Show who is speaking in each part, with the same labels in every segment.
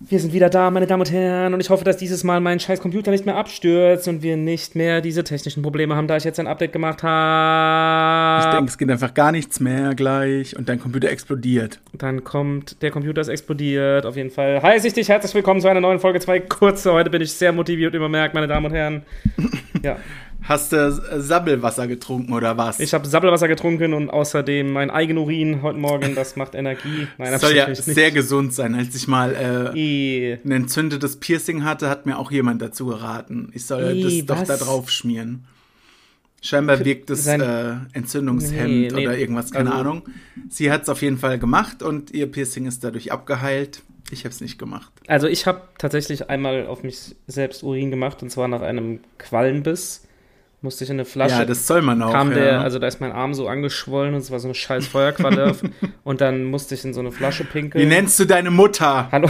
Speaker 1: Wir sind wieder da, meine Damen und Herren, und ich hoffe, dass dieses Mal mein scheiß Computer nicht mehr abstürzt und wir nicht mehr diese technischen Probleme haben, da ich jetzt ein Update gemacht
Speaker 2: Ich
Speaker 1: habe.
Speaker 2: denke, es geht einfach gar nichts mehr gleich und dein Computer explodiert.
Speaker 1: Dann kommt, der Computer ist explodiert, auf jeden Fall. Heiße ich dich herzlich willkommen zu einer neuen Folge 2 Kurze. Heute bin ich sehr motiviert übermerkt, meine Damen und Herren. Ja,
Speaker 2: Hast du äh, Sabbelwasser getrunken oder was?
Speaker 1: ich habe Sabbelwasser getrunken und außerdem mein Eigenurin heute Morgen, das macht Energie. Nein,
Speaker 2: das soll ja
Speaker 1: natürlich
Speaker 2: sehr gesund sein. Als ich mal äh,
Speaker 1: I,
Speaker 2: ein entzündetes Piercing hatte, hat mir auch jemand dazu geraten. Ich soll
Speaker 1: Ih,
Speaker 2: das doch da
Speaker 1: was?
Speaker 2: drauf schmieren. Scheinbar wirkt es
Speaker 1: Sein-
Speaker 2: äh,
Speaker 1: Nee,
Speaker 2: entzündungshemmend
Speaker 1: nee.
Speaker 2: oder irgendwas, keine
Speaker 1: Also-
Speaker 2: Ahnung. Sie hat es auf jeden Fall gemacht und ihr Piercing ist dadurch abgeheilt. Ich habe es nicht gemacht.
Speaker 1: Also ich habe tatsächlich einmal auf mich selbst Urin gemacht und zwar nach einem Quallenbiss. Musste ich in eine Flasche.
Speaker 2: Ja, das soll man auch. ne?
Speaker 1: kam
Speaker 2: ja.
Speaker 1: der, also da ist mein Arm so angeschwollen und es war so eine scheiß Feuerqualle und dann musste ich in so eine Flasche pinkeln.
Speaker 2: Wie nennst du deine Mutter?
Speaker 1: Hallo.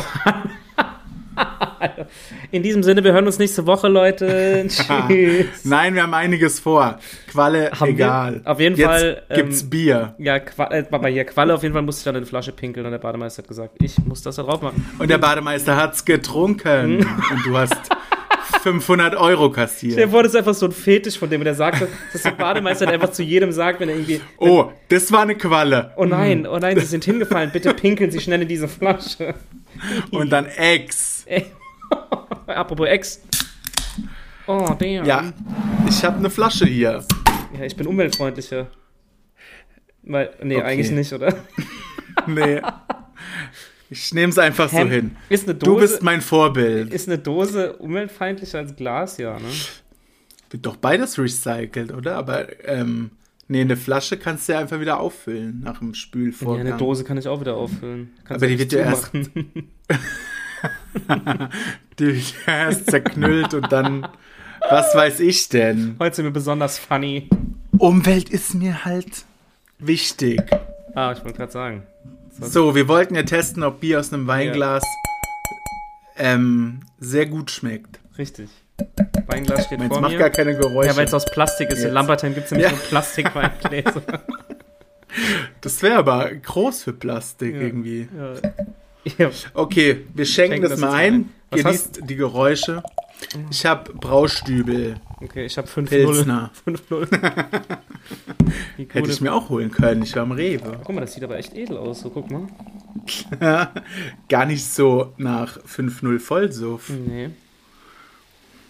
Speaker 1: in diesem Sinne, wir hören uns nächste Woche, Leute. Tschüss.
Speaker 2: Nein, wir haben einiges vor. Qualle,
Speaker 1: Haben wir?
Speaker 2: egal.
Speaker 1: Auf jeden
Speaker 2: Jetzt
Speaker 1: Fall, ähm,
Speaker 2: gibt's Bier.
Speaker 1: Ja, Qua äh, aber hier Qualle, auf jeden Fall musste ich dann in eine Flasche pinkeln und der Bademeister hat gesagt, ich muss das da drauf machen.
Speaker 2: Und der Bademeister hat's
Speaker 1: Hm.
Speaker 2: getrunken. Und du hast 500 Euro
Speaker 1: Der
Speaker 2: kassiert.
Speaker 1: wurde einfach so ein Fetisch von dem und der sagt, dass der Bademeister der einfach zu jedem sagt, wenn er irgendwie,
Speaker 2: Oh, das war eine Qualle.
Speaker 1: oh nein, oh nein, sie sind hingefallen, bitte pinkeln Sie schnell in diese Flasche.
Speaker 2: Und dann Ex.
Speaker 1: Ey. Apropos Ex. Oh, damn.
Speaker 2: Ja, ich habe eine Flasche hier.
Speaker 1: Ja, ich bin umweltfreundlicher. Weil, nee,
Speaker 2: Okay.
Speaker 1: eigentlich nicht, oder?
Speaker 2: Nee. Ich nehme es einfach so
Speaker 1: Hemd-
Speaker 2: hin.
Speaker 1: Ist eine Dose,
Speaker 2: Du bist mein Vorbild.
Speaker 1: ist eine Dose umweltfeindlicher als Glas, ja, ne?
Speaker 2: Wird doch beides recycelt, oder? Aber ähm, nee, eine Flasche kannst du ja einfach wieder auffüllen nach dem
Speaker 1: Ja,
Speaker 2: Spülvorgang.
Speaker 1: eine Dose kann ich auch wieder auffüllen. Kannst
Speaker 2: Aber
Speaker 1: du
Speaker 2: die wird ja erst-
Speaker 1: zumachen.
Speaker 2: Die erst zerknüllt und dann, was weiß ich denn?
Speaker 1: Heute sind wir besonders funny.
Speaker 2: Umwelt ist mir halt wichtig.
Speaker 1: Ah, ich wollte gerade sagen.
Speaker 2: So, wir wollten ja testen, ob Bier aus einem Weinglas ähm, sehr gut schmeckt.
Speaker 1: Richtig. Weinglas steht
Speaker 2: Meins
Speaker 1: vor
Speaker 2: macht
Speaker 1: mir.
Speaker 2: gar keine Geräusche.
Speaker 1: ja, weil es aus Plastik ist. In
Speaker 2: Jetzt.
Speaker 1: Lambertheim gibt es nämlich
Speaker 2: Ja.
Speaker 1: nur Plastikweingläser.
Speaker 2: das wäre aber groß für Plastik
Speaker 1: Ja.
Speaker 2: irgendwie.
Speaker 1: ja. Ja.
Speaker 2: Okay, wir schenken
Speaker 1: Schenken
Speaker 2: das,
Speaker 1: das
Speaker 2: mal
Speaker 1: jetzt mal ein.
Speaker 2: ein.
Speaker 1: Was
Speaker 2: Genießt die Geräusche. Ich habe Braustübel.
Speaker 1: Okay, ich habe 5-0.
Speaker 2: Pilsner.
Speaker 1: 5-0. Wie cool.
Speaker 2: Hätte ich mir auch holen können. Ich war am Rewe.
Speaker 1: Guck mal, das sieht aber echt edel aus. So, guck mal.
Speaker 2: Gar nicht so nach 5-0 Vollsuff.
Speaker 1: Nee.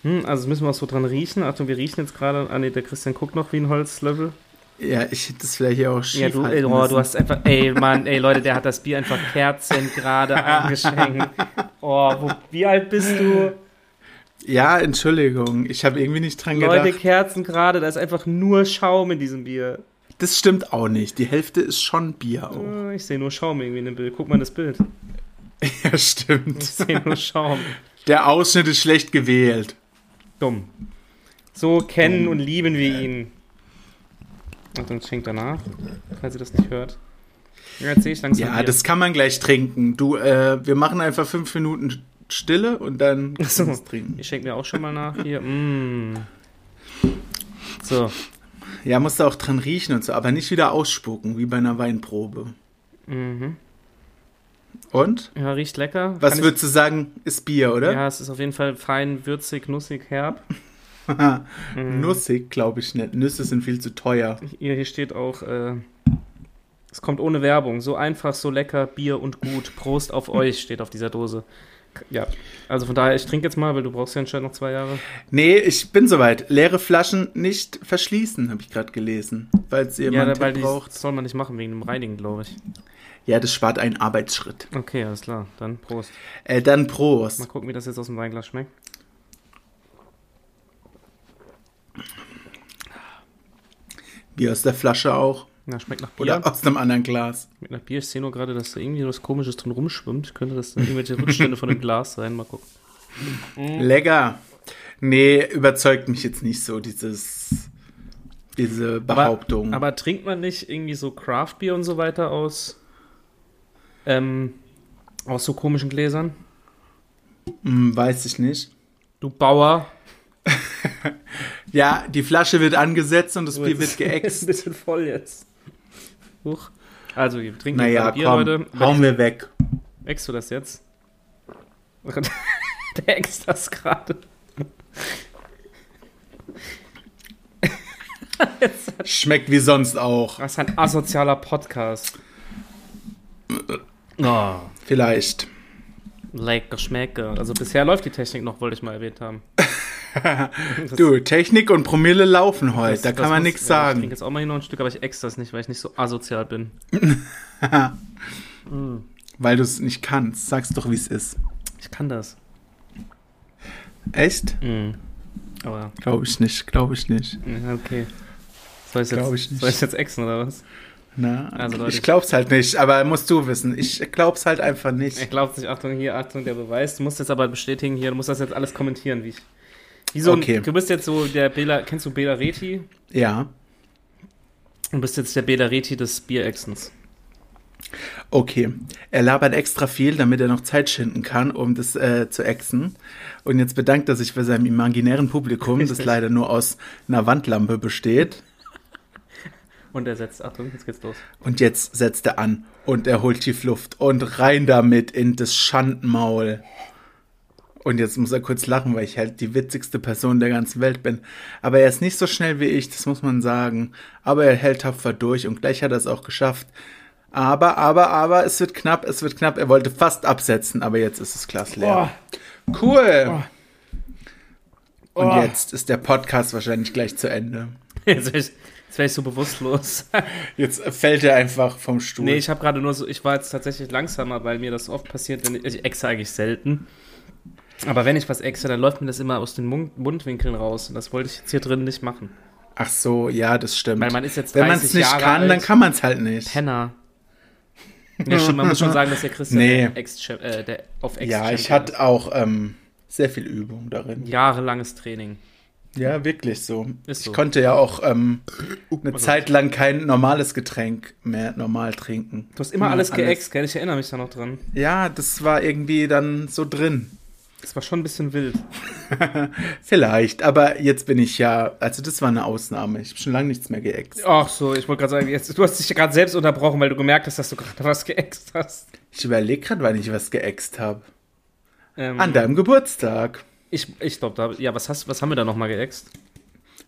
Speaker 1: Hm, also müssen wir auch so dran riechen. Achtung, wir riechen jetzt gerade. Ah nee, der Christian guckt noch wie ein Holzlöffel.
Speaker 2: Ja, ich hätte das vielleicht auch schief
Speaker 1: Ja, du, ey,
Speaker 2: halten
Speaker 1: oh,
Speaker 2: müssen.
Speaker 1: du hast einfach. Ey, Mann, ey, Leute, der hat das Bier einfach Kerzen gerade eingeschenkt. Oh, wo, wie alt bist du?
Speaker 2: Ja, Entschuldigung. Ich habe irgendwie nicht dran
Speaker 1: Leute,
Speaker 2: gedacht.
Speaker 1: Kerzen gerade, da ist einfach nur Schaum in diesem Bier.
Speaker 2: Das stimmt auch nicht. Die Hälfte ist schon Bier Oh. auch.
Speaker 1: Äh, Ich sehe nur Schaum irgendwie in dem Bild. Guck mal in das Bild.
Speaker 2: Ja, stimmt.
Speaker 1: Ich sehe nur Schaum.
Speaker 2: Der Ausschnitt ist schlecht gewählt.
Speaker 1: Dumm. So kennen und lieben wir ihn. Achtung, schenkt danach, falls ihr das nicht hört. Ja, jetzt sehe ich langsam.
Speaker 2: Ja,
Speaker 1: Bier.
Speaker 2: das kann man gleich trinken. Du, äh, wir machen einfach fünf Minuten Stille und dann
Speaker 1: Ach so.
Speaker 2: kannst du's trinken.
Speaker 1: Ich schenke mir auch schon mal nach hier. Mm. So.
Speaker 2: Ja, musst du auch dran riechen und so, aber nicht wieder ausspucken, wie bei einer Weinprobe.
Speaker 1: Mhm.
Speaker 2: Und?
Speaker 1: Ja, riecht lecker.
Speaker 2: Was
Speaker 1: Kann ich-
Speaker 2: würdest du sagen, ist Bier, oder?
Speaker 1: Ja, es ist auf jeden Fall fein, würzig, nussig, herb. Mhm.
Speaker 2: Nussig, glaube ich nicht. Nüsse sind viel zu teuer.
Speaker 1: Hier, hier steht auch, äh, es kommt ohne Werbung. So einfach, so lecker, Bier und gut. Prost auf euch steht auf dieser Dose. K- Ja, also von daher, ich trinke jetzt mal, weil du brauchst ja anscheinend noch zwei Jahre.
Speaker 2: Nee, ich bin soweit. Leere Flaschen nicht verschließen, habe ich gerade gelesen. Falls ihr mal
Speaker 1: ja,
Speaker 2: einen
Speaker 1: weil
Speaker 2: Tipp
Speaker 1: die
Speaker 2: braucht.
Speaker 1: soll man nicht machen wegen dem Reinigen, glaube ich.
Speaker 2: Ja, das spart einen Arbeitsschritt.
Speaker 1: Okay, alles klar. Dann Prost.
Speaker 2: Äh, dann
Speaker 1: Mal
Speaker 2: Prost.
Speaker 1: gucken, wie das jetzt aus dem Weinglas schmeckt.
Speaker 2: Bier aus der Flasche auch.
Speaker 1: Na, schmeckt nach Bier.
Speaker 2: Oder aus einem anderen Glas.
Speaker 1: Schmeckt nach Bier. Ich sehe nur gerade, dass da irgendwie was Komisches drin rumschwimmt. Könnte das dann irgendwelche Rückstände von dem Glas sein? Mal gucken.
Speaker 2: Lecker. Nee, überzeugt mich jetzt nicht so, dieses, diese Behauptung.
Speaker 1: Aber, aber trinkt man nicht irgendwie so Craft-Bier und so weiter aus, ähm, aus so komischen Gläsern?
Speaker 2: hm, weiß ich nicht.
Speaker 1: Du Bauer.
Speaker 2: Ja, die Flasche wird angesetzt und das
Speaker 1: So,
Speaker 2: Bier
Speaker 1: Oh, jetzt-
Speaker 2: wird
Speaker 1: ist ein
Speaker 2: geäxt.
Speaker 1: bisschen voll jetzt. Huch. Also, wir trinken
Speaker 2: naja,
Speaker 1: gerade Bier,
Speaker 2: komm,
Speaker 1: Leute.
Speaker 2: hauen wir weg.
Speaker 1: Wächst du das jetzt? Der Extras gerade.
Speaker 2: Schmeckt wie sonst auch.
Speaker 1: Das ist ein asozialer Podcast.
Speaker 2: Oh. Vielleicht.
Speaker 1: Lecker Schmecke. Also bisher läuft die Technik noch, wollte ich mal erwähnt haben.
Speaker 2: du, Technik und Promille laufen heute, da kann man nichts
Speaker 1: Ja, ich
Speaker 2: sagen.
Speaker 1: trinke jetzt auch mal hier noch ein Stück, aber ich extra es nicht, weil ich nicht so asozial bin.
Speaker 2: Weil du es nicht kannst. Sag's doch, wie es ist.
Speaker 1: Ich kann das.
Speaker 2: Echt?
Speaker 1: Mhm. Aber,
Speaker 2: Glaube ich nicht, glaube ich nicht.
Speaker 1: ja, okay. Soll ich jetzt,
Speaker 2: Glaub ich nicht.
Speaker 1: soll ich jetzt exen oder was?
Speaker 2: Na,
Speaker 1: Also, Leute.
Speaker 2: ich glaub's halt nicht, aber musst du wissen. Ich glaub's halt einfach
Speaker 1: Ich
Speaker 2: nicht.
Speaker 1: glaube nicht, Achtung hier, Achtung, der Beweis. Du musst jetzt aber bestätigen hier, du musst das jetzt alles kommentieren, wie ich. Wie so
Speaker 2: Okay.
Speaker 1: ein, du bist jetzt so der Bela, kennst du Bela Reti?
Speaker 2: Ja,
Speaker 1: Du bist jetzt der Bela Reti des Bierexens.
Speaker 2: okay. Er labert extra viel, damit er noch Zeit schinden kann, um das äh, zu exen. Und jetzt bedankt er sich bei seinem imaginären Publikum, das
Speaker 1: Richtig.
Speaker 2: leider nur aus einer Wandlampe besteht.
Speaker 1: Und er setzt, Achtung, jetzt geht's los.
Speaker 2: Und jetzt setzt er an und er holt tief Luft und rein damit in das Schandmaul. Und jetzt muss er kurz lachen, weil ich halt die witzigste Person der ganzen Welt bin. Aber er ist nicht so schnell wie ich, das muss man sagen. Aber er hält tapfer durch und gleich hat er es auch geschafft. Aber, aber, aber, es wird knapp, es wird knapp. Er wollte fast absetzen, aber jetzt ist das Glas leer. Cool. Und
Speaker 1: Oh.
Speaker 2: jetzt ist der Podcast wahrscheinlich gleich zu Ende.
Speaker 1: Jetzt wäre ich, jetzt wär ich so bewusstlos.
Speaker 2: Jetzt fällt er einfach vom Stuhl.
Speaker 1: nee, ich habe gerade nur so, ich war jetzt tatsächlich langsamer, weil mir das oft passiert, wenn ich, ich exe eigentlich selten. Aber wenn ich was exe, dann läuft mir das immer aus den Mund, Mundwinkeln raus. Und das wollte ich jetzt hier drin nicht machen.
Speaker 2: Ach so, ja, das stimmt.
Speaker 1: Weil man ist jetzt 30
Speaker 2: Wenn man es nicht
Speaker 1: Jahre
Speaker 2: kann,
Speaker 1: alt.
Speaker 2: dann kann man es halt nicht.
Speaker 1: Penner. Ja, stimmt, man muss schon sagen, dass der Christian
Speaker 2: Nee.
Speaker 1: der Ex äh, der auf Ex
Speaker 2: Ja, ich hatte auch ähm, sehr viel Übung darin.
Speaker 1: jahrelanges Training.
Speaker 2: Ja, wirklich
Speaker 1: Ist so.
Speaker 2: so.
Speaker 1: Uh, also
Speaker 2: Ich konnte ja auch ähm, eine Zeit lang kein normales Getränk mehr normal trinken.
Speaker 1: Du hast immer alles geext, gell? Ich erinnere mich da noch dran.
Speaker 2: Ja, das war irgendwie dann so drin.
Speaker 1: Das war schon ein bisschen wild.
Speaker 2: Vielleicht, aber jetzt bin ich ja, also das war eine Ausnahme. Ich habe schon lange nichts mehr geext.
Speaker 1: Ach so, ich wollte gerade sagen, jetzt, du hast dich gerade selbst unterbrochen, weil du gemerkt hast, dass du gerade was geext hast.
Speaker 2: Ich überlege gerade, wann ich was geext habe.
Speaker 1: Ähm,
Speaker 2: An deinem Geburtstag.
Speaker 1: Ich, ich glaube, da. Ja, was, hast, was haben wir da nochmal geext?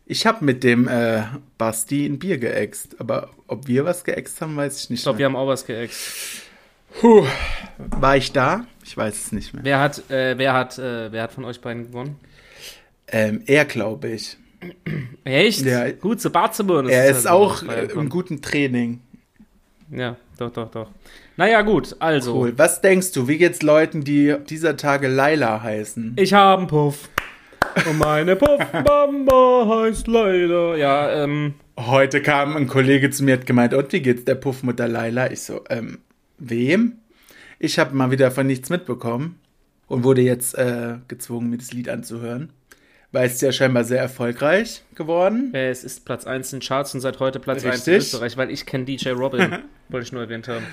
Speaker 2: Ich habe mit dem äh, Basti ein Bier geext, aber ob wir was geext haben, weiß ich nicht.
Speaker 1: Ich glaube, wir haben auch was geext.
Speaker 2: Puh. War ich da? Ich weiß es nicht mehr.
Speaker 1: Wer hat, äh, wer hat, äh, wer hat von euch beiden gewonnen?
Speaker 2: Ähm, er, glaube ich.
Speaker 1: Echt?
Speaker 2: Ja.
Speaker 1: Gut, Sebastian.
Speaker 2: Er ist auch äh,
Speaker 1: Ja,
Speaker 2: im guten Training.
Speaker 1: ja, doch, doch, doch. Naja, gut, also.
Speaker 2: Cool. Was denkst du, wie geht's Leuten, die dieser Tage Laila heißen?
Speaker 1: Ich habe einen Puff. Und meine Puffmama heißt leider. Ja, ähm,
Speaker 2: Heute kam ein Kollege zu mir hat gemeint, und wie geht's der Puffmutter Laila? Ich so, ähm, wem? Ich habe mal wieder von nichts mitbekommen und wurde jetzt äh, gezwungen, mir das Lied anzuhören. Weil es ist ja scheinbar sehr erfolgreich geworden.
Speaker 1: äh, es ist Platz 1 in den Charts und seit heute Platz 1 in
Speaker 2: Richtig.
Speaker 1: Österreich, weil ich kenne DJ Robin. wollte ich nur erwähnt haben.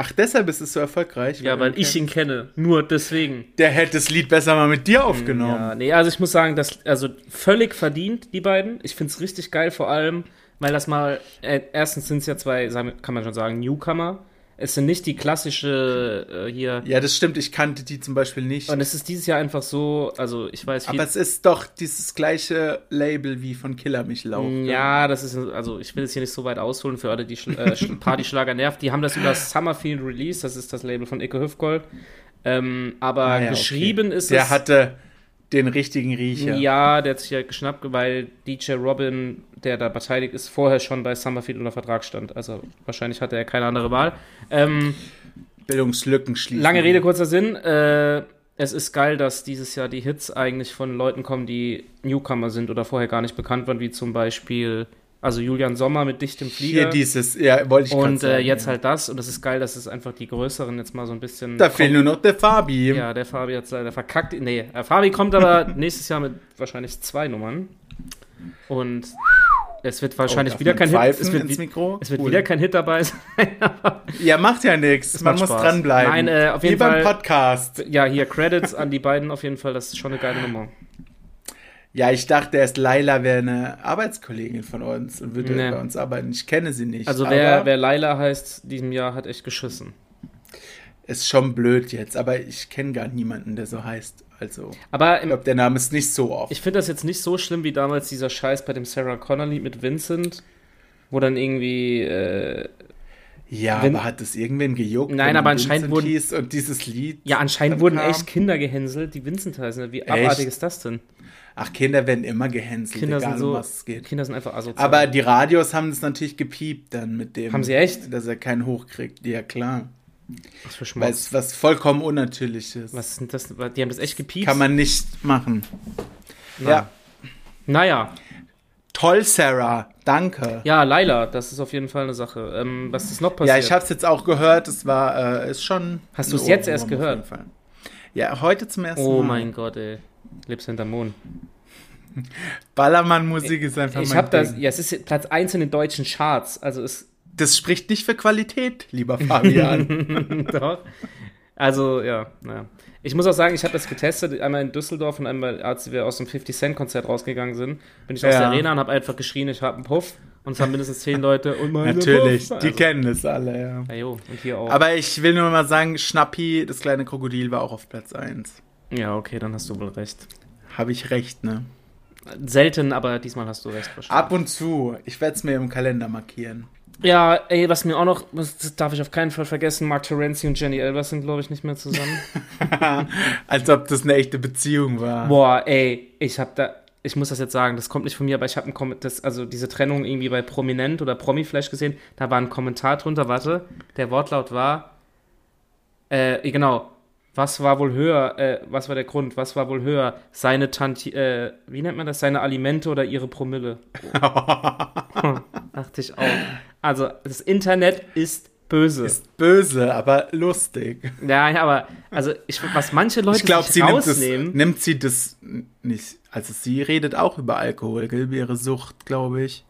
Speaker 2: Ach, deshalb ist es so erfolgreich.
Speaker 1: Ja, weil ich ihn kenne. Nur deswegen.
Speaker 2: Der hätte das Lied besser mal mit dir aufgenommen.
Speaker 1: Ja, nee, also ich muss sagen, das, also völlig verdient, die beiden. Ich find's richtig geil, vor allem, weil das mal, äh, erstens sind's ja zwei, sagen wir- kann man schon sagen, Newcomer. Es sind nicht die klassische äh, hier.
Speaker 2: Ja, das stimmt. Ich kannte die zum Beispiel nicht.
Speaker 1: Und es ist dieses Jahr einfach so, also ich weiß,
Speaker 2: aber es ist doch dieses gleiche Label wie von Killer mich laufen.
Speaker 1: Mm, Ja, das ist, also ich will es hier nicht so weit ausholen für alle, die Schl- äh, Sch- Partyschlager nervt. Die haben das über Summerfield Release, das ist das Label von Icke Hüfgold. Ähm, aber
Speaker 2: Ah, ja, okay.
Speaker 1: geschrieben ist
Speaker 2: Der
Speaker 1: es.
Speaker 2: hatte den richtigen Riecher.
Speaker 1: ja, der hat sich ja geschnappt, weil DJ Robin, der da beteiligt ist, vorher schon bei Summerfield unter Vertrag stand. Also wahrscheinlich hatte er keine andere Wahl. Ähm,
Speaker 2: Bildungslücken schließen.
Speaker 1: Lange Rede, kurzer Sinn. Äh, es ist geil, dass dieses Jahr die Hits eigentlich von Leuten kommen, die Newcomer sind oder vorher gar nicht bekannt waren, wie zum Beispiel, also Julian Sommer mit dichtem Flieger.
Speaker 2: Hier dieses, ja, wollte ich gerade
Speaker 1: und
Speaker 2: sagen.
Speaker 1: äh, jetzt
Speaker 2: ja.
Speaker 1: halt das. Und es ist geil, dass es einfach die Größeren jetzt mal so ein bisschen.
Speaker 2: Da fehlt nur noch der Fabi. Oh,
Speaker 1: ja, der Fabi hat es leider verkackt. Nee, äh, Fabi kommt aber nächstes Jahr mit wahrscheinlich zwei Nummern. Und es wird wahrscheinlich
Speaker 2: Oh, darf
Speaker 1: wieder
Speaker 2: man
Speaker 1: kein Hit.
Speaker 2: pfeifen
Speaker 1: Es wird, wi-
Speaker 2: ins Mikro?
Speaker 1: es wird
Speaker 2: Cool.
Speaker 1: wieder kein Hit dabei sein.
Speaker 2: Ja, macht ja nichts. Man
Speaker 1: macht
Speaker 2: muss
Speaker 1: Spaß.
Speaker 2: dranbleiben.
Speaker 1: Nein, äh, auf jeden
Speaker 2: Wie beim
Speaker 1: Fall-
Speaker 2: Podcast.
Speaker 1: ja, hier Credits an die beiden auf jeden Fall. Das ist schon eine geile Nummer.
Speaker 2: Ja, ich dachte erst, Laila wäre eine Arbeitskollegin von uns und würde
Speaker 1: Nee.
Speaker 2: bei uns arbeiten. Ich kenne sie nicht.
Speaker 1: Also wer,
Speaker 2: aber
Speaker 1: wer Laila heißt, diesem Jahr hat echt geschissen.
Speaker 2: Ist schon blöd jetzt, aber ich kenne gar niemanden, der so heißt. Also,
Speaker 1: Aber
Speaker 2: ich
Speaker 1: im,
Speaker 2: glaube, der Name ist nicht so oft.
Speaker 1: ich finde das jetzt nicht so schlimm wie damals dieser Scheiß bei dem Sarah Connolly mit Vincent, wo dann irgendwie. Äh,
Speaker 2: ja,
Speaker 1: wenn-
Speaker 2: aber hat es irgendwen gejuckt?
Speaker 1: Nein,
Speaker 2: wenn
Speaker 1: aber
Speaker 2: man
Speaker 1: anscheinend
Speaker 2: Vincent
Speaker 1: wurden-
Speaker 2: hieß und dieses Lied.
Speaker 1: ja, anscheinend
Speaker 2: dann
Speaker 1: wurden
Speaker 2: kam.
Speaker 1: echt Kinder gehänselt, die Vincent heißen. Wie abartig ist das denn?
Speaker 2: Ach, Kinder werden immer gehänselt,
Speaker 1: Kinder
Speaker 2: egal
Speaker 1: sind so.
Speaker 2: um was es geht.
Speaker 1: Kinder sind einfach asozial.
Speaker 2: Aber die Radios haben es natürlich gepiept dann mit dem.
Speaker 1: Haben sie echt?
Speaker 2: Dass er keinen hochkriegt. Ja, klar.
Speaker 1: was für
Speaker 2: Weil
Speaker 1: Schmutz.
Speaker 2: es was vollkommen Unnatürliches.
Speaker 1: Was sind das? Die haben das echt gepiepst.
Speaker 2: Kann man nicht machen.
Speaker 1: Nein.
Speaker 2: Ja.
Speaker 1: Naja.
Speaker 2: Toll, Sarah. Danke.
Speaker 1: Ja, Laila, das ist auf jeden Fall eine Sache. Ähm, was ist noch
Speaker 2: Ja,
Speaker 1: passiert?
Speaker 2: ich habe es jetzt auch gehört. Es war, äh, ist schon.
Speaker 1: Hast
Speaker 2: ein
Speaker 1: du's jetzt
Speaker 2: Ohrwurm
Speaker 1: erst
Speaker 2: auf
Speaker 1: gehört?
Speaker 2: jeden Fall. Ja, heute zum ersten
Speaker 1: oh
Speaker 2: Mal.
Speaker 1: mein Gott, ey. Lebst hinterm Mond.
Speaker 2: Ballermann-Musik ist einfach
Speaker 1: Ich
Speaker 2: mein
Speaker 1: habe das,
Speaker 2: Ding.
Speaker 1: ja, es ist Platz 1 in den deutschen Charts. Also es
Speaker 2: Das spricht nicht für Qualität, lieber Fabian.
Speaker 1: doch. Also, ja, naja. Ich muss auch sagen, ich habe das getestet, einmal in Düsseldorf und einmal, als wir aus dem 50 Cent Konzert rausgegangen sind, bin ich aus
Speaker 2: Ja.
Speaker 1: der Arena und habe einfach geschrien, ich habe einen Puff. Und es haben mindestens zehn Leute und meine
Speaker 2: Natürlich,
Speaker 1: Puff.
Speaker 2: die
Speaker 1: Also,
Speaker 2: kennen es alle, ja.
Speaker 1: na jo, und hier auch.
Speaker 2: Aber ich will nur mal sagen, Schnappi, das kleine Krokodil, war auch auf Platz 1.
Speaker 1: ja, okay, dann hast du wohl recht.
Speaker 2: Habe ich recht, ne?
Speaker 1: Selten, aber diesmal hast du recht wahrscheinlich.
Speaker 2: Ab und zu. Ich werde es mir im Kalender markieren.
Speaker 1: Ja, ey, was mir auch noch, was- das darf ich auf keinen Fall vergessen, Mark Terenzi und Jenny Elvers sind, glaube ich, nicht mehr zusammen.
Speaker 2: Als ob das eine echte Beziehung war.
Speaker 1: Boah, ey, ich hab da, ich muss das jetzt sagen, das kommt nicht von mir, aber ich habe ein Kom das, also diese Trennung irgendwie bei Prominent oder Promiflash gesehen, da war ein Kommentar drunter, warte, der Wortlaut war, äh, genau, was war wohl höher, äh, was war der Grund, was war wohl höher, seine Tante, äh, wie nennt man das, seine Alimente oder ihre Promille? Dachte ich auch. Also, das Internet ist böse.
Speaker 2: Ist böse, aber lustig.
Speaker 1: Ja, ja, aber also ich, was manche Leute
Speaker 2: Ich glaube,
Speaker 1: sich
Speaker 2: sie nimmt, das,
Speaker 1: rausnehmen.
Speaker 2: nimmt sie das nicht. Also sie redet auch über Alkohol, gell? über ihre Sucht, glaube ich.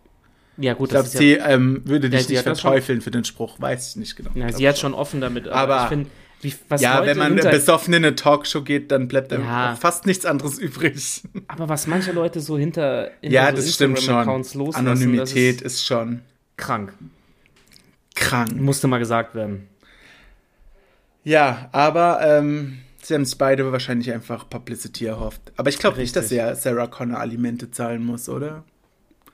Speaker 1: ja, gut,
Speaker 2: Ich glaube,
Speaker 1: das ist ja,
Speaker 2: sie ähm, würde
Speaker 1: Ja,
Speaker 2: dich
Speaker 1: sie
Speaker 2: nicht
Speaker 1: hat das schon.
Speaker 2: verteufeln für den Spruch. Weiß ich nicht genau.
Speaker 1: ja,
Speaker 2: Glaub
Speaker 1: sie hat schon offen damit. Aber,
Speaker 2: Aber-
Speaker 1: ich finde, wie was
Speaker 2: Ja,
Speaker 1: Leute
Speaker 2: wenn man
Speaker 1: hinter,
Speaker 2: besoffen in eine Talkshow geht, dann bleibt einem
Speaker 1: Ja.
Speaker 2: auch fast nichts anderes übrig.
Speaker 1: aber was manche Leute so hinter, hinter
Speaker 2: Ja,
Speaker 1: so
Speaker 2: das stimmt schon.
Speaker 1: Instagram-Accounts also loslassen, das
Speaker 2: Anonymität
Speaker 1: ist
Speaker 2: ist schon
Speaker 1: krank.
Speaker 2: krank.
Speaker 1: Musste mal gesagt werden.
Speaker 2: Ja, aber ähm, sie haben sich beide wahrscheinlich einfach Publicity erhofft. Aber ich glaube nicht, dass
Speaker 1: Richtig.
Speaker 2: ja Sarah Connor Alimente zahlen muss, oder?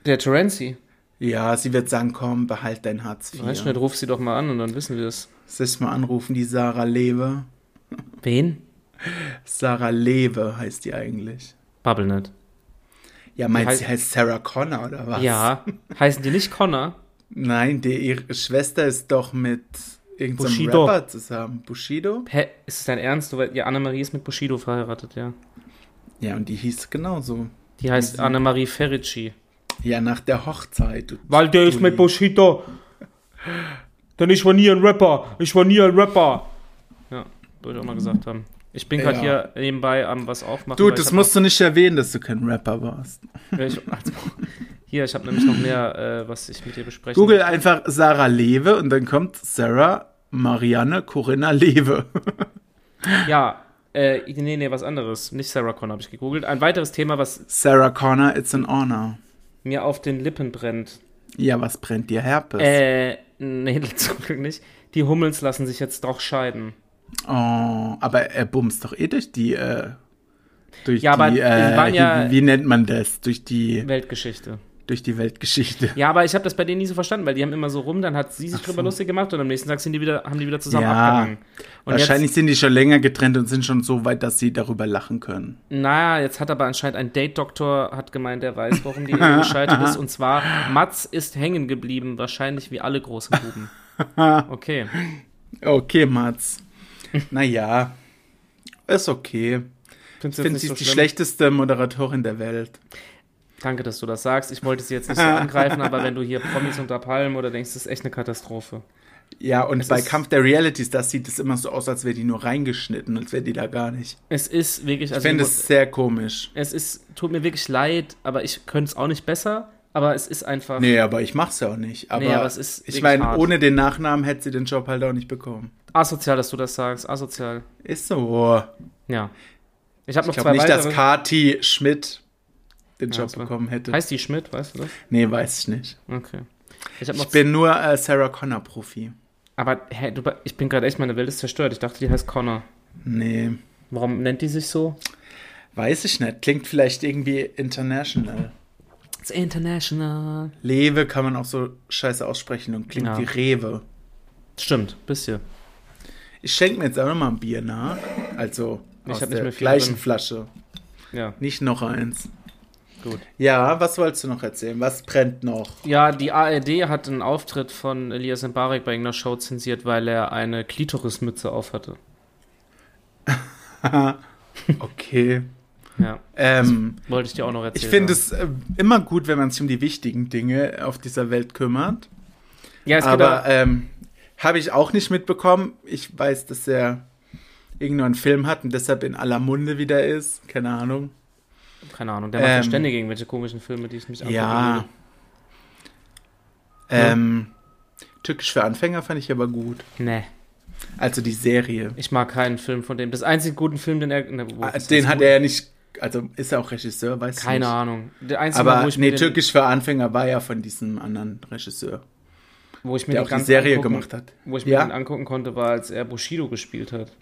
Speaker 1: Der Terenzi.
Speaker 2: Ja, sie wird sagen, komm, behalt dein Hartz IV.
Speaker 1: Weiß nicht, ruf sie doch mal an und dann wissen wir es.
Speaker 2: Soll ich mal anrufen, die Sarah Lewe?
Speaker 1: Wen?
Speaker 2: Sarah Lewe heißt die eigentlich.
Speaker 1: BubbleNet.
Speaker 2: Ja, meinst
Speaker 1: heißt-
Speaker 2: sie heißt Sarah Connor oder was?
Speaker 1: Ja. Heißen die nicht Connor?
Speaker 2: Nein, die, ihre Schwester ist doch mit irgendeinem
Speaker 1: Bushido.
Speaker 2: Rapper zusammen. Bushido?
Speaker 1: Hä? Ist es dein Ernst? Du, ja, Annemarie ist mit Bushido verheiratet, ja.
Speaker 2: Ja, und die hieß genauso.
Speaker 1: Die
Speaker 2: Mhm.
Speaker 1: heißt Annemarie Ferricci.
Speaker 2: Ja, nach der Hochzeit. Du-
Speaker 1: Weil der ist mit Bushido. Denn ich war nie ein Rapper. Ich war nie ein Rapper. Ja, wollte ich auch mal gesagt haben. Ich bin gerade
Speaker 2: Ja.
Speaker 1: hier nebenbei am was aufmachen.
Speaker 2: Du,
Speaker 1: weil ich
Speaker 2: das
Speaker 1: hab
Speaker 2: musst du nicht erwähnen, dass du kein Rapper warst.
Speaker 1: Noch, ich, also, hier, ich habe nämlich noch mehr, äh, was ich mit dir besprechen
Speaker 2: Google einfach Sarah Lewe und dann kommt Sarah Marianne Corinna Lewe.
Speaker 1: Ja, äh, nee, nee, was anderes. Nicht Sarah Connor habe ich gegoogelt. Ein weiteres Thema, was
Speaker 2: Sarah Connor, it's an honor.
Speaker 1: mir auf den Lippen brennt.
Speaker 2: Ja, was brennt dir Herpes?
Speaker 1: Äh, nee, zum Glück nicht. Die Hummels lassen sich jetzt doch scheiden.
Speaker 2: Oh, aber er bumst doch eh durch die, äh, durch
Speaker 1: Ja,
Speaker 2: die,
Speaker 1: aber die waren
Speaker 2: äh,
Speaker 1: ja-
Speaker 2: hier, wie nennt man das? Durch die,
Speaker 1: Weltgeschichte.
Speaker 2: durch die Weltgeschichte.
Speaker 1: Ja, aber ich habe das bei denen nie so verstanden, weil die haben immer so rum, dann hat sie sich drüber lustig gemacht und am nächsten Tag sind die wieder, haben die wieder zusammen
Speaker 2: Ja.
Speaker 1: abgehangen. Und
Speaker 2: Wahrscheinlich sind die schon länger getrennt und sind schon so weit, dass sie darüber lachen können.
Speaker 1: Jetzt, naja, jetzt hat aber anscheinend ein Date-Doktor hat gemeint, der weiß, warum die Ehe gescheitert ist. Und zwar, Mats ist hängen geblieben, wahrscheinlich wie alle großen Buben. Okay.
Speaker 2: Okay, Mats. naja, ist okay.
Speaker 1: Findest du
Speaker 2: Ich finde,
Speaker 1: jetzt nicht
Speaker 2: sie
Speaker 1: so
Speaker 2: ist die
Speaker 1: schlimm?
Speaker 2: schlechteste Moderatorin der Welt.
Speaker 1: Danke, dass du das sagst. Ich wollte sie jetzt nicht so angreifen, aber wenn du hier Promis unter Palmen oder denkst, das ist echt eine Katastrophe.
Speaker 2: Ja, und bei
Speaker 1: ist-
Speaker 2: Kampf der Realities, das sieht es immer so aus, als wäre die nur reingeschnitten, als wäre die da gar nicht.
Speaker 1: Es ist wirklich,
Speaker 2: Ich
Speaker 1: also
Speaker 2: finde es sehr komisch.
Speaker 1: es ist, tut mir wirklich leid, aber ich könnte es auch nicht besser, aber es ist einfach.
Speaker 2: Nee, aber ich mach's ja auch nicht. Aber,
Speaker 1: aber es ist
Speaker 2: ich
Speaker 1: wirklich
Speaker 2: meine,
Speaker 1: hart.
Speaker 2: ohne den Nachnamen hätte sie den Job halt auch nicht bekommen.
Speaker 1: Asozial, dass du das sagst. Asozial.
Speaker 2: Ist so.
Speaker 1: Ja. Ich habe
Speaker 2: Ich
Speaker 1: noch
Speaker 2: glaube
Speaker 1: zwei
Speaker 2: nicht, dass
Speaker 1: weitere.
Speaker 2: Kati Schmidt den
Speaker 1: Ja,
Speaker 2: Job
Speaker 1: das war-
Speaker 2: bekommen hätte.
Speaker 1: heißt die Schmidt, weißt du das?
Speaker 2: nee, weiß ich nicht.
Speaker 1: Okay. Ich habe noch
Speaker 2: Ich bin nur äh, Sarah Connor Profi.
Speaker 1: Aber hä, du, ich bin gerade echt, meine Welt ist zerstört. Ich dachte, die heißt Connor.
Speaker 2: Nee,
Speaker 1: Warum nennt die sich so?
Speaker 2: weiß ich nicht. Klingt vielleicht irgendwie international.
Speaker 1: It's international.
Speaker 2: Lewe kann man auch so scheiße aussprechen und klingt
Speaker 1: Ja.
Speaker 2: wie Rewe.
Speaker 1: Stimmt, bisschen.
Speaker 2: Ich schenke mir jetzt auch nochmal ein Bier nach. Also
Speaker 1: Ich
Speaker 2: aus
Speaker 1: hab nicht
Speaker 2: der
Speaker 1: mehr viel
Speaker 2: gleichen
Speaker 1: drin.
Speaker 2: Flasche.
Speaker 1: Ja,
Speaker 2: Nicht noch eins.
Speaker 1: gut.
Speaker 2: Ja, was wolltest du noch erzählen? Was brennt noch?
Speaker 1: Ja, die ARD hat einen Auftritt von Elias Mbarek bei irgendeiner Show zensiert, weil er eine Klitorismütze aufhatte.
Speaker 2: Okay.
Speaker 1: Ja,
Speaker 2: ähm,
Speaker 1: wollte ich dir auch noch erzählen.
Speaker 2: ich finde
Speaker 1: Also, ja.
Speaker 2: es äh, immer gut, wenn man sich um die wichtigen Dinge auf dieser Welt kümmert.
Speaker 1: Ja, es
Speaker 2: Aber
Speaker 1: gibt
Speaker 2: ähm, habe ich auch nicht mitbekommen. Ich weiß, dass er irgendeinen Film hat und deshalb in aller Munde wieder ist. Keine Ahnung.
Speaker 1: auch, keine Ahnung, der macht ja
Speaker 2: ähm,
Speaker 1: ständig irgendwelche komischen Filme, die ich mich angucke.
Speaker 2: Ja. Ähm, Türkisch für Anfänger fand ich aber gut.
Speaker 1: Nee,
Speaker 2: Also die Serie.
Speaker 1: ich mag keinen Film von dem. Das einzige guten Film, den er. Ne, wo-
Speaker 2: Ah,
Speaker 1: das
Speaker 2: Den
Speaker 1: ist
Speaker 2: hat
Speaker 1: gut.
Speaker 2: er ja nicht. Also ist er auch Regisseur, weiß ich
Speaker 1: Keine
Speaker 2: nicht.
Speaker 1: Ahnung. Der einzige, Mal,
Speaker 2: Aber
Speaker 1: wo ich
Speaker 2: nee,
Speaker 1: mir den,
Speaker 2: Türkisch für Anfänger war ja von diesem anderen Regisseur,
Speaker 1: wo ich mir
Speaker 2: der
Speaker 1: den
Speaker 2: auch die
Speaker 1: ganz
Speaker 2: Serie
Speaker 1: angucken,
Speaker 2: gemacht hat.
Speaker 1: Wo ich mir
Speaker 2: Ja.
Speaker 1: den angucken konnte, war, als er Bushido gespielt hat.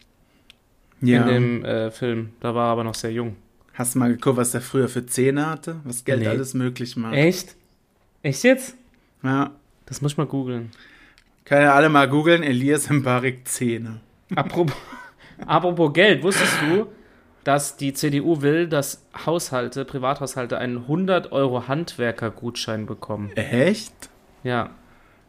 Speaker 2: Ja.
Speaker 1: In dem äh, Film. Da war er aber noch sehr jung.
Speaker 2: Hast du mal geguckt, was er früher für Zähne hatte? Was Geld
Speaker 1: Nee.
Speaker 2: alles möglich macht.
Speaker 1: Echt? Echt jetzt?
Speaker 2: Ja.
Speaker 1: Das muss ich mal googeln.
Speaker 2: Können alle mal googeln, Elias Mbarek Zähne.
Speaker 1: Apropos, apropos Geld, wusstest du, dass die CDU will, dass Haushalte, Privathaushalte einen 100-Euro-Handwerkergutschein bekommen?
Speaker 2: Echt?
Speaker 1: Ja.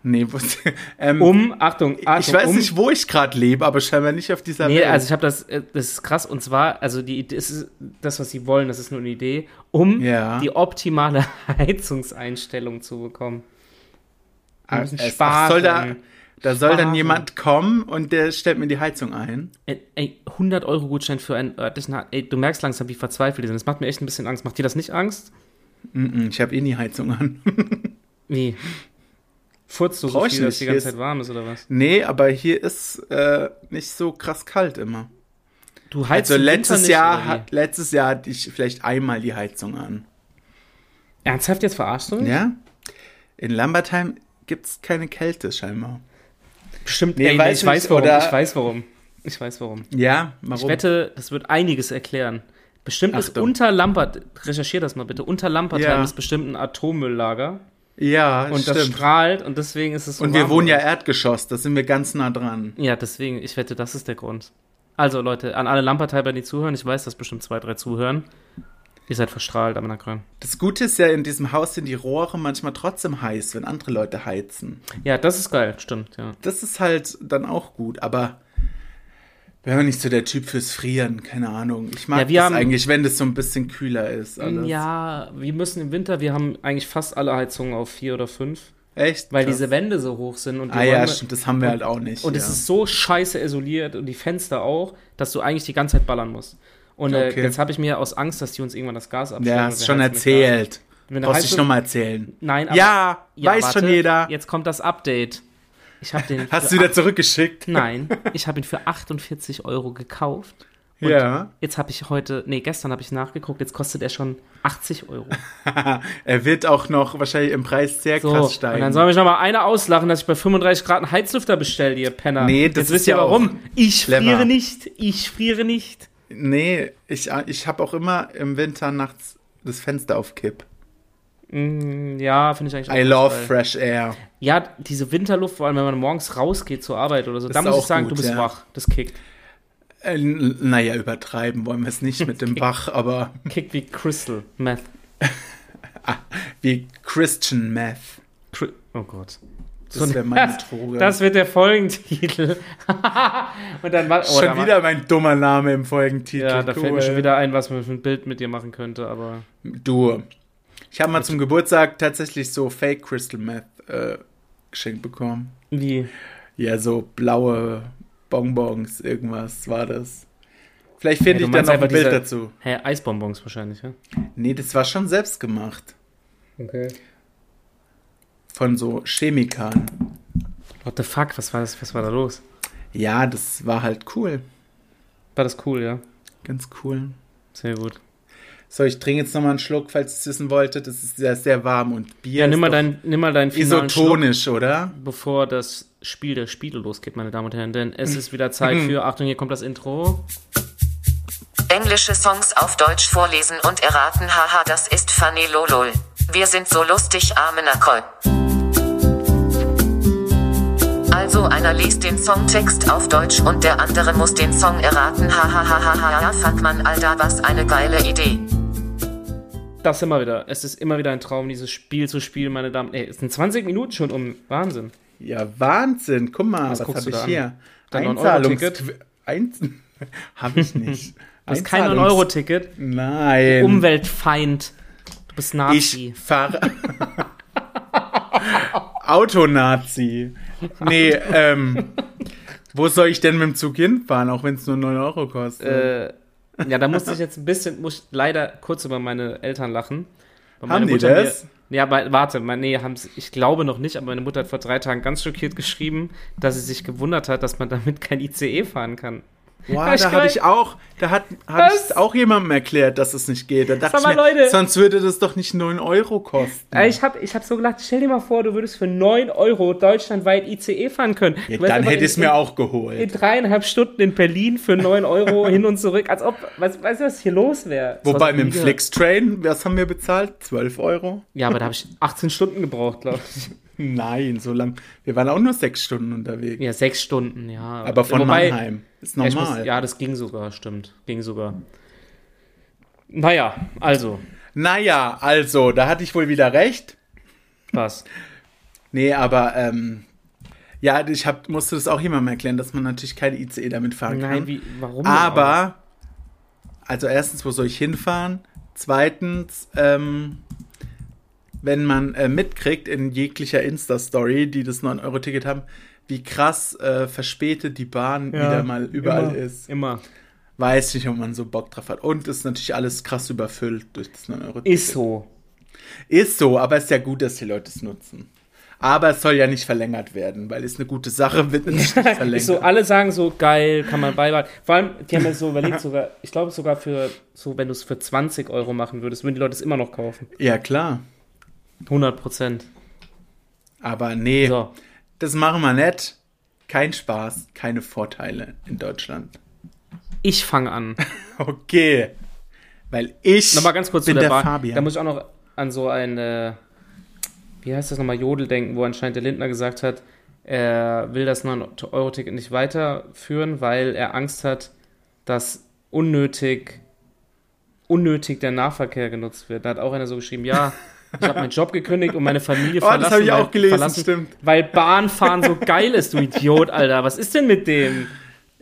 Speaker 2: Nee, was, ähm,
Speaker 1: Um, Achtung, Achtung
Speaker 2: ich weiß
Speaker 1: um,
Speaker 2: nicht, wo ich gerade lebe, aber scheinbar nicht auf dieser
Speaker 1: Nee,
Speaker 2: Welt.
Speaker 1: also ich habe das, äh, das ist krass. Und zwar, also die Idee, es ist, das, was sie wollen, das ist nur eine Idee, um
Speaker 2: Ja.
Speaker 1: die optimale Heizungseinstellung zu bekommen.
Speaker 2: Ach,
Speaker 1: müssen
Speaker 2: Ah, es- ach, soll da,
Speaker 1: sparen.
Speaker 2: da soll dann
Speaker 1: Sparen.
Speaker 2: jemand kommen und der stellt mir die Heizung ein.
Speaker 1: Ey, Äh, Ey, 100 Euro Gutschein für einen äh, örtlichen, Ha- ey, du merkst langsam, wie verzweifelt die sind. Das macht mir echt ein bisschen Angst. Macht dir das nicht Angst?
Speaker 2: Mm-mm, Ich habe eh nie Heizung an.
Speaker 1: Wie? Furzt du
Speaker 2: Brauch
Speaker 1: so
Speaker 2: ich
Speaker 1: viel, dass
Speaker 2: nicht.
Speaker 1: die
Speaker 2: Hier
Speaker 1: ganze
Speaker 2: ist- Also
Speaker 1: Zeit warm ist, oder was?
Speaker 2: Nee, aber hier ist äh, nicht so krass kalt immer.
Speaker 1: Du heizt
Speaker 2: Also
Speaker 1: im Winter
Speaker 2: letztes
Speaker 1: nicht,
Speaker 2: Jahr,
Speaker 1: oder wie?
Speaker 2: hat, letztes Jahr hatte ich vielleicht einmal die Heizung an.
Speaker 1: Ernsthaft jetzt verarschst du mich?
Speaker 2: Ja? In Lambertheim gibt es keine Kälte scheinbar.
Speaker 1: Bestimmt,
Speaker 2: Nee,
Speaker 1: ey,
Speaker 2: weiß
Speaker 1: ich weiß
Speaker 2: nicht,
Speaker 1: warum,
Speaker 2: oder-
Speaker 1: ich weiß warum. Ich weiß warum.
Speaker 2: Ja,
Speaker 1: Ich
Speaker 2: warum?
Speaker 1: wette, das wird einiges erklären. Bestimmt ist
Speaker 2: Achtung.
Speaker 1: unter Lampert, recherchier das mal bitte, unter Lampertheim
Speaker 2: Ja.
Speaker 1: ist bestimmt ein Atommülllager
Speaker 2: ja,
Speaker 1: und das
Speaker 2: stimmt.
Speaker 1: strahlt und deswegen ist es so
Speaker 2: Und wir
Speaker 1: warm.
Speaker 2: wohnen ja Erdgeschoss, da sind wir ganz nah dran.
Speaker 1: Ja, deswegen, ich wette, das ist der Grund. Also Leute, an alle Lamperteiber, die zuhören, ich weiß, dass bestimmt zwei, drei zuhören. Ihr seid verstrahlt am Nacken.
Speaker 2: Das Gute ist ja, in diesem Haus sind die Rohre manchmal trotzdem heiß, wenn andere Leute heizen.
Speaker 1: Ja, das ist geil, stimmt, ja.
Speaker 2: Das ist halt dann auch gut, aber wäre nicht so der Typ fürs Frieren, keine Ahnung. Ich mag
Speaker 1: Ja, wir
Speaker 2: das
Speaker 1: haben- Mm,
Speaker 2: eigentlich, wenn das so ein bisschen kühler ist. Alles.
Speaker 1: Ja, wir müssen im Winter, wir haben eigentlich fast alle Heizungen auf vier oder fünf,
Speaker 2: Echt?
Speaker 1: weil
Speaker 2: Krass.
Speaker 1: diese Wände so hoch sind und die
Speaker 2: Ah ja,
Speaker 1: Räume-
Speaker 2: stimmt, das haben wir halt auch nicht.
Speaker 1: und
Speaker 2: ja.
Speaker 1: es ist so scheiße isoliert und die Fenster auch, dass du eigentlich die ganze Zeit ballern musst. Und äh,
Speaker 2: Okay.
Speaker 1: jetzt habe ich mir aus Angst, dass die uns irgendwann das Gas abschneiden.
Speaker 2: ja,
Speaker 1: weil
Speaker 2: hast
Speaker 1: wir
Speaker 2: schon
Speaker 1: heizen mit Gas.
Speaker 2: erzählt.
Speaker 1: Wenn du
Speaker 2: Brauchst dich
Speaker 1: heizt-
Speaker 2: nochmal erzählen.
Speaker 1: Nein, aber
Speaker 2: Ja, weiß
Speaker 1: warte,
Speaker 2: schon jeder.
Speaker 1: Jetzt kommt das Update. Ich habe den
Speaker 2: Hast
Speaker 1: für
Speaker 2: du wieder zurückgeschickt?
Speaker 1: Nein, ich habe ihn für 48 Euro gekauft. Und
Speaker 2: Ja.
Speaker 1: Jetzt habe ich heute, nee, gestern habe ich nachgeguckt, jetzt kostet er schon 80 Euro.
Speaker 2: Er wird auch noch wahrscheinlich im Preis sehr
Speaker 1: So,
Speaker 2: krass
Speaker 1: und
Speaker 2: steigen.
Speaker 1: dann soll mich noch mal einer auslachen, dass ich bei 35 Grad einen Heizlüfter bestelle, ihr Penner.
Speaker 2: Nee, das
Speaker 1: jetzt
Speaker 2: ist
Speaker 1: wisst
Speaker 2: ja
Speaker 1: ihr warum. Ich
Speaker 2: clever.
Speaker 1: friere nicht, ich friere nicht.
Speaker 2: nee, ich, ich habe auch immer im Winter nachts das Fenster auf Kipp.
Speaker 1: Mm, ja, finde ich eigentlich auch
Speaker 2: I
Speaker 1: ganz
Speaker 2: love
Speaker 1: geil.
Speaker 2: fresh air.
Speaker 1: Ja, diese Winterluft, vor allem wenn man morgens rausgeht zur Arbeit oder so, da
Speaker 2: Ist
Speaker 1: muss ich
Speaker 2: auch
Speaker 1: sagen,
Speaker 2: gut,
Speaker 1: du bist
Speaker 2: ja.
Speaker 1: wach. Das kickt.
Speaker 2: Äh, n- naja, übertreiben wollen wir es nicht mit dem Bach, aber
Speaker 1: Kickt wie Crystal Meth.
Speaker 2: wie Christian Meth.
Speaker 1: Cri- oh Gott. So
Speaker 2: Das wäre
Speaker 1: ein-
Speaker 2: meine Droge.
Speaker 1: Das wird der Folgentitel. Und dann war, oh, da
Speaker 2: schon
Speaker 1: war-
Speaker 2: wieder mein dummer Name im Folgentitel.
Speaker 1: Ja, da fällt
Speaker 2: cool.
Speaker 1: mir schon wieder ein, was man für ein Bild mit dir machen könnte, aber.
Speaker 2: Du. Ich habe mal zum Geburtstag tatsächlich so Fake Crystal Meth äh, geschenkt bekommen.
Speaker 1: Wie?
Speaker 2: Ja, so blaue Bonbons, irgendwas war das. Vielleicht finde
Speaker 1: Ja, du
Speaker 2: ich dann
Speaker 1: meinst
Speaker 2: noch ein
Speaker 1: einfach
Speaker 2: Bild
Speaker 1: diese-
Speaker 2: dazu.
Speaker 1: Hä, Eisbonbons wahrscheinlich, ja?
Speaker 2: Nee, das war schon selbst gemacht.
Speaker 1: Okay.
Speaker 2: Von so Chemikern.
Speaker 1: What the fuck, was war das? Was war da los?
Speaker 2: Ja, das war halt cool.
Speaker 1: War das cool, ja?
Speaker 2: Ganz cool.
Speaker 1: Sehr gut.
Speaker 2: So, ich trinke jetzt nochmal einen Schluck, falls ihr es wissen wolltet. Es ist sehr, sehr warm und Bier
Speaker 1: Ja,
Speaker 2: ist
Speaker 1: nimm mal,
Speaker 2: doch
Speaker 1: dein, nimm mal deinen finalen Schluck,
Speaker 2: isotonisch, oder?
Speaker 1: bevor das Spiel der Spiele losgeht, meine Damen und Herren. Denn
Speaker 2: Mhm.
Speaker 1: es ist wieder Zeit für, Achtung, hier kommt das Intro.
Speaker 3: Englische Songs auf Deutsch vorlesen und erraten. Haha, das ist funny lolol. Wir sind so lustig, arme Nacol. Also einer liest den Songtext auf Deutsch und der andere muss den Song erraten. Hahaha, ja, fuck man, Alter, was eine geile Idee.
Speaker 1: Das immer wieder. Es ist immer wieder ein Traum, dieses Spiel zu spielen, meine Damen. Ey, es sind 20 Minuten schon um. Wahnsinn.
Speaker 2: Ja, Wahnsinn. Guck mal, was,
Speaker 1: guckst du
Speaker 2: habe ich
Speaker 1: da
Speaker 2: hier?
Speaker 1: Dein
Speaker 2: Einzahlungs... Einz... habe ich nicht.
Speaker 1: Das ist kein
Speaker 2: Einzahlungs-
Speaker 1: 9-Euro-Ticket.
Speaker 2: Nein.
Speaker 1: Umweltfeind. Du bist Nazi.
Speaker 2: Ich fahre. Autonazi. Nee, ähm. Wo soll ich denn mit dem Zug hinfahren, auch wenn es nur 9 Euro kostet?
Speaker 1: Äh, ja, da musste ich jetzt ein bisschen, muss ich leider kurz über meine Eltern lachen. Weil
Speaker 2: Haben die das?
Speaker 1: Mir, ja, aber warte, mein, nee, haben's, ich glaube noch nicht, aber meine Mutter hat vor drei Tagen ganz schockiert geschrieben, dass sie sich gewundert hat, dass man damit kein ICE fahren kann.
Speaker 2: Boah,
Speaker 1: hab ich
Speaker 2: da habe
Speaker 1: geil.
Speaker 2: ich auch, da hat, hab
Speaker 1: Was?
Speaker 2: ich auch jemandem erklärt, dass es nicht geht. Da dachte
Speaker 1: Sag mal,
Speaker 2: ich mir,
Speaker 1: Leute.
Speaker 2: sonst würde das doch nicht 9 Euro kosten.
Speaker 1: Äh, Ich habe ich hab so gedacht, stell dir mal vor, du würdest für 9 Euro deutschlandweit ICE fahren können.
Speaker 2: Ja,
Speaker 1: Du wärst
Speaker 2: dann
Speaker 1: einfach
Speaker 2: hätte ich es
Speaker 1: in-
Speaker 2: mir auch
Speaker 1: In
Speaker 2: geholt.
Speaker 1: dreieinhalb Stunden in Berlin für 9 Euro hin und zurück, als ob, weißt weißt du, was hier los wäre?
Speaker 2: Wobei mit dem Flixtrain, was haben wir bezahlt? 12 Euro?
Speaker 1: Ja, aber da habe ich 18 Stunden gebraucht, glaube ich.
Speaker 2: Nein, so lang. Wir waren auch nur sechs Stunden unterwegs.
Speaker 1: Ja, sechs Stunden, ja.
Speaker 2: Aber von
Speaker 1: Wobei-
Speaker 2: Mannheim. Ist
Speaker 1: Ja, ich
Speaker 2: normal.
Speaker 1: Muss, ja, das ging sogar, stimmt. Ging sogar. Naja, also,
Speaker 2: Naja, also, da hatte ich wohl wieder recht.
Speaker 1: was?
Speaker 2: Nee, aber ähm, ja, ich hab, musste das auch jemandem erklären, dass man natürlich kein ICE E damit fahren
Speaker 1: Nein,
Speaker 2: kann.
Speaker 1: wie, warum?
Speaker 2: aber, also erstens, wo soll ich hinfahren? Zweitens, ähm, wenn man äh, mitkriegt in jeglicher Insta-Story, die das 9-Euro-Ticket haben, wie krass äh, verspätet die Bahn
Speaker 1: Ja,
Speaker 2: wieder mal überall
Speaker 1: immer,
Speaker 2: ist.
Speaker 1: Immer.
Speaker 2: Weiß nicht, ob man so Bock drauf hat. Und ist natürlich alles krass überfüllt durch das 9-Euro-Ticket.
Speaker 1: Ist so.
Speaker 2: Ist so, aber ist ja gut, dass die Leute es nutzen. Aber es soll ja nicht verlängert werden, weil es eine gute Sache wird wenn es nicht verlängert.
Speaker 1: Ist so, alle sagen so, geil, kann man beibehalten. Vor allem, die haben mir so überlegt, sogar, ich glaube sogar für, so, wenn du es für 20 Euro machen würdest, würden die Leute es immer noch kaufen.
Speaker 2: ja, klar.
Speaker 1: 100 Prozent.
Speaker 2: Aber nee,
Speaker 1: So.
Speaker 2: das machen wir nicht. Kein Spaß, keine Vorteile in Deutschland.
Speaker 1: Ich fange an.
Speaker 2: Okay. Weil ich
Speaker 1: Nochmal ganz kurz
Speaker 2: bin
Speaker 1: zu der,
Speaker 2: der
Speaker 1: Bahn.
Speaker 2: Fabian.
Speaker 1: Da muss ich auch noch an so ein, äh, wie heißt das nochmal, Jodel denken, wo anscheinend der Lindner gesagt hat, er will das 9-Euro-Ticket nicht weiterführen, weil er Angst hat, dass unnötig, unnötig der Nahverkehr genutzt wird. Da hat auch einer so geschrieben, ja, ich habe meinen Job gekündigt und meine Familie
Speaker 2: Oh, das
Speaker 1: verlassen.
Speaker 2: hab ich auch
Speaker 1: weil-
Speaker 2: gelesen, stimmt.
Speaker 1: Weil Bahnfahren so geil ist, du Idiot, Alter. Was ist denn mit dem?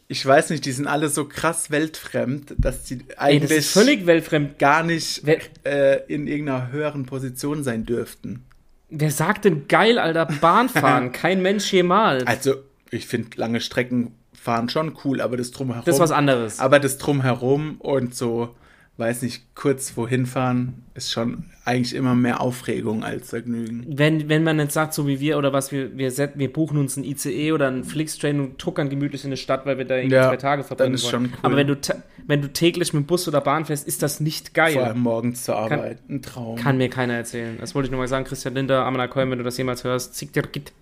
Speaker 2: ich weiß nicht, die sind alle so krass weltfremd, dass die
Speaker 1: Ey, das
Speaker 2: eigentlich
Speaker 1: ist völlig weltfremd.
Speaker 2: gar nicht
Speaker 1: Wer-
Speaker 2: äh, in irgendeiner höheren Position sein dürften.
Speaker 1: Wer sagt denn geil, Alter, Bahnfahren? Kein Mensch jemals.
Speaker 2: Also, ich finde lange Strecken fahren schon cool, aber das drumherum.
Speaker 1: Das ist was anderes.
Speaker 2: Aber das drumherum und so, weiß nicht, kurz wohin fahren, ist schon eigentlich immer mehr Aufregung als Vergnügen.
Speaker 1: Wenn, wenn man jetzt sagt, so wie wir oder was, wir, wir, set, wir buchen uns ein ICE oder einen Flixtrain und tuckern gemütlich in eine Stadt, weil wir da irgendwie
Speaker 2: Ja,
Speaker 1: zwei Tage
Speaker 2: dann
Speaker 1: verbringen
Speaker 2: ist
Speaker 1: wollen.
Speaker 2: schon cool.
Speaker 1: Aber wenn du, ta- wenn du täglich mit Bus oder Bahn fährst, ist das nicht geil.
Speaker 2: Vor allem morgens zur Arbeit. Ein Traum.
Speaker 1: Kann mir keiner erzählen. Das wollte ich nur mal sagen. Christian Linder, Amana Köln, wenn du das jemals hörst, zick dir git.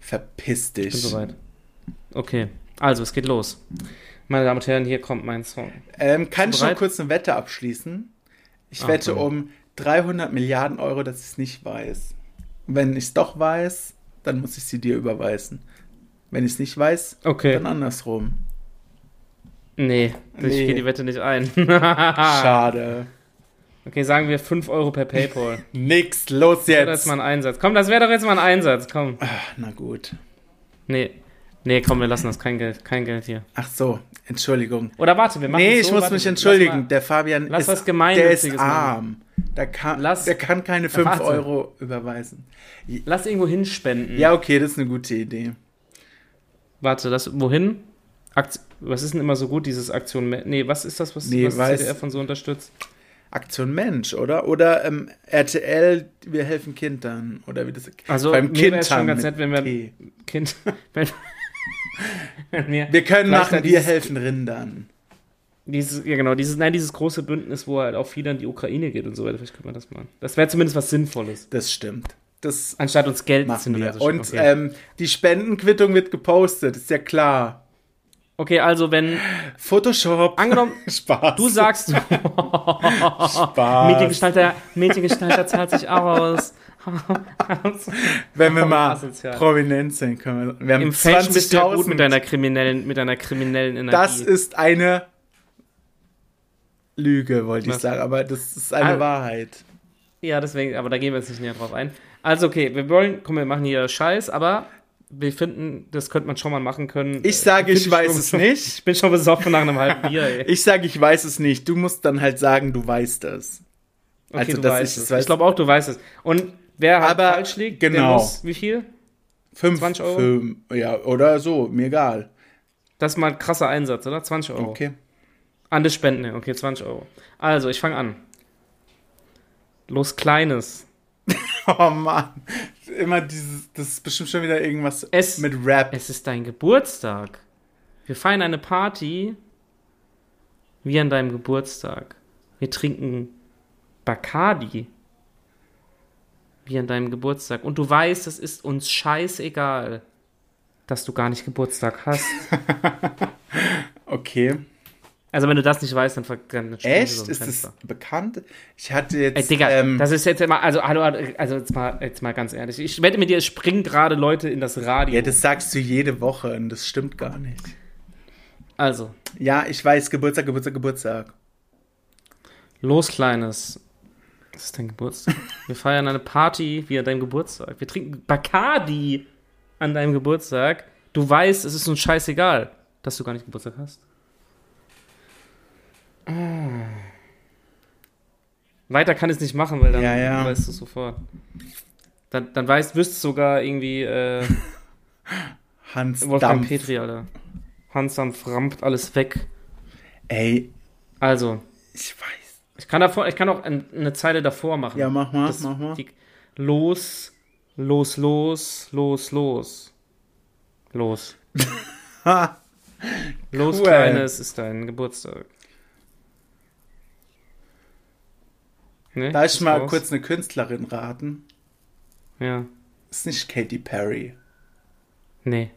Speaker 2: Verpiss dich.
Speaker 1: Bin soweit. Okay, also es geht los. Meine Damen und Herren, hier kommt mein Song.
Speaker 2: Ähm, kann ich
Speaker 1: bereit?
Speaker 2: noch kurz eine Wette abschließen? Ich
Speaker 1: Ah,
Speaker 2: wette
Speaker 1: dann.
Speaker 2: um 300 Milliarden Euro, dass ich es nicht weiß. Wenn ich es doch weiß, dann muss ich sie dir überweisen. Wenn ich es nicht weiß,
Speaker 1: Okay.
Speaker 2: dann andersrum.
Speaker 1: Nee,
Speaker 2: Nee.
Speaker 1: ich gehe die Wette nicht ein. Ah.
Speaker 2: Schade.
Speaker 1: okay, sagen wir 5 Euro per Paypal.
Speaker 2: Nix, los
Speaker 1: Das ist
Speaker 2: jetzt.
Speaker 1: mal ein Einsatz. Komm, das wäre doch jetzt mal ein Einsatz. Komm.
Speaker 2: Ach, na gut.
Speaker 1: Nee. Nee, komm, wir lassen das. Kein Geld, kein Geld hier.
Speaker 2: Ach so, Entschuldigung.
Speaker 1: Oder warte, wir machen
Speaker 2: Nee,
Speaker 1: so,
Speaker 2: ich muss
Speaker 1: warte,
Speaker 2: mich
Speaker 1: lass
Speaker 2: entschuldigen.
Speaker 1: mal-
Speaker 2: der Fabian
Speaker 1: Lass was
Speaker 2: ist, der ist
Speaker 1: Gemeinnütziges
Speaker 2: arm. Der kann,
Speaker 1: Lass-
Speaker 2: der kann keine 5
Speaker 1: Warte.
Speaker 2: Euro überweisen.
Speaker 1: Lass irgendwo hinspenden.
Speaker 2: Ja, okay, das ist eine gute Idee.
Speaker 1: Warte, lass wohin? Akt was ist denn immer so gut, dieses Aktion? Nee, was ist das, was,
Speaker 2: Nee,
Speaker 1: was
Speaker 2: weiß-
Speaker 1: ZDF von so unterstützt?
Speaker 2: Aktion Mensch, oder? Oder ähm, RTL, wir helfen Kindern. Oder wie das
Speaker 1: Also, mir
Speaker 2: beim
Speaker 1: wär's
Speaker 2: Kindern
Speaker 1: schon ganz
Speaker 2: mit
Speaker 1: nett, wenn wir-
Speaker 2: T.
Speaker 1: Kind. Wenn, wenn mir
Speaker 2: Wir können
Speaker 1: leichter
Speaker 2: machen, wir
Speaker 1: dieses-
Speaker 2: helfen Rindern.
Speaker 1: Dieses, ja genau, dieses, nein, dieses große Bündnis, wo halt auch viel an die Ukraine geht und so weiter. Vielleicht können wir das machen. Das wäre zumindest was Sinnvolles.
Speaker 2: Das stimmt. Das
Speaker 1: Anstatt uns Geld
Speaker 2: machen
Speaker 1: zu
Speaker 2: wir.
Speaker 1: also
Speaker 2: Und
Speaker 1: okay.
Speaker 2: ähm, die Spendenquittung wird gepostet, ist ja klar. ähm,
Speaker 1: okay, also wenn
Speaker 2: Photoshop.
Speaker 1: Angenommen,
Speaker 2: Spaß.
Speaker 1: du sagst, Ah,
Speaker 2: Spaß.
Speaker 1: Mediengestalter, Mediengestalter zahlt sich aus.
Speaker 2: Wenn wir
Speaker 1: Komm,
Speaker 2: mal
Speaker 1: asozial.
Speaker 2: prominent sein können. Wir haben
Speaker 1: Im Fashion bist du ja gut mit
Speaker 2: 20.000.
Speaker 1: deiner kriminellen, mit deiner kriminellen Energie.
Speaker 2: Das ist eine Lüge, wollte ich
Speaker 1: Was?
Speaker 2: sagen, aber das ist eine
Speaker 1: Ah.
Speaker 2: Wahrheit.
Speaker 1: Ja, deswegen, aber da gehen wir jetzt nicht näher drauf ein. Also, okay, wir wollen, komm, wir machen hier Scheiß, aber wir finden, das könnte man schon mal machen können.
Speaker 2: Ich sage, ich
Speaker 1: Bin
Speaker 2: weiß
Speaker 1: schon-
Speaker 2: es nicht.
Speaker 1: Ich bin schon besoffen nach einem halben Bier, ey.
Speaker 2: Ich sage, ich weiß es nicht. Du musst dann halt sagen, du weißt es.
Speaker 1: Okay,
Speaker 2: also,
Speaker 1: du
Speaker 2: dass
Speaker 1: weißt
Speaker 2: ich es
Speaker 1: es.
Speaker 2: weiß.
Speaker 1: Ich glaube auch, du weißt es. Und wer halt
Speaker 2: Aber
Speaker 1: falsch liegt, der
Speaker 2: genau.
Speaker 1: muss, wie viel?
Speaker 2: 5
Speaker 1: 20 Euro?
Speaker 2: ja, oder so, mir egal.
Speaker 1: Das ist mal ein krasser Einsatz, oder? 20 Euro.
Speaker 2: Okay.
Speaker 1: An das Spenden, okay, 20 Euro. Also, ich fange an. Los Kleines.
Speaker 2: Oh Mann. Immer dieses, das ist bestimmt schon wieder irgendwas
Speaker 1: Es-
Speaker 2: mit Rap.
Speaker 1: Es ist dein Geburtstag. Wir feiern eine Party wie an deinem Geburtstag. Wir trinken Bacardi wie an deinem Geburtstag. Und du weißt, es ist uns scheißegal, dass du gar nicht Geburtstag hast.
Speaker 2: okay.
Speaker 1: Also wenn du das nicht weißt, dann, ver- dann springen wir so
Speaker 2: Echt?
Speaker 1: ein
Speaker 2: Ist das
Speaker 1: Fenster.
Speaker 2: bekannt? Ich hatte jetzt.
Speaker 1: Ey, Digga,
Speaker 2: ähm,
Speaker 1: das ist jetzt immer, also hallo, also jetzt mal, jetzt mal ganz ehrlich. Ich wette mit dir, es springen gerade Leute in das Radio.
Speaker 2: ja, das sagst du jede Woche und das stimmt gar nicht.
Speaker 1: also,
Speaker 2: Ja, ich weiß, Geburtstag, Geburtstag, Geburtstag.
Speaker 1: Los, Kleines. Es ist dein Geburtstag. Wir feiern eine Party wie an deinem Geburtstag. Wir trinken Bacardi an deinem Geburtstag. Du weißt, es ist uns scheißegal, dass du gar nicht Geburtstag hast. Ah. Weiter kann ich es nicht machen, weil dann
Speaker 2: Ja, ja.
Speaker 1: weißt du es sofort. Dann, dann weißt, wüsstest sogar irgendwie äh,
Speaker 2: Hans
Speaker 1: Wolfgang
Speaker 2: Dampf.
Speaker 1: Petri, Alter. Hans am Frampt alles weg.
Speaker 2: Ey,
Speaker 1: Also,
Speaker 2: ich weiß.
Speaker 1: Ich kann, davor, ich kann auch ein- eine Zeile davor machen.
Speaker 2: Ja, mach mal,
Speaker 1: Das-
Speaker 2: mach mal.
Speaker 1: die- los, los, los, los, los. Los.
Speaker 2: Ha,
Speaker 1: Los,
Speaker 2: Cool.
Speaker 1: Kleines, ist dein Geburtstag. Ne?
Speaker 2: darf ich
Speaker 1: Ist
Speaker 2: mal
Speaker 1: raus?
Speaker 2: kurz eine Künstlerin raten?
Speaker 1: Ja.
Speaker 2: Ist nicht Katy Perry.
Speaker 1: Nee.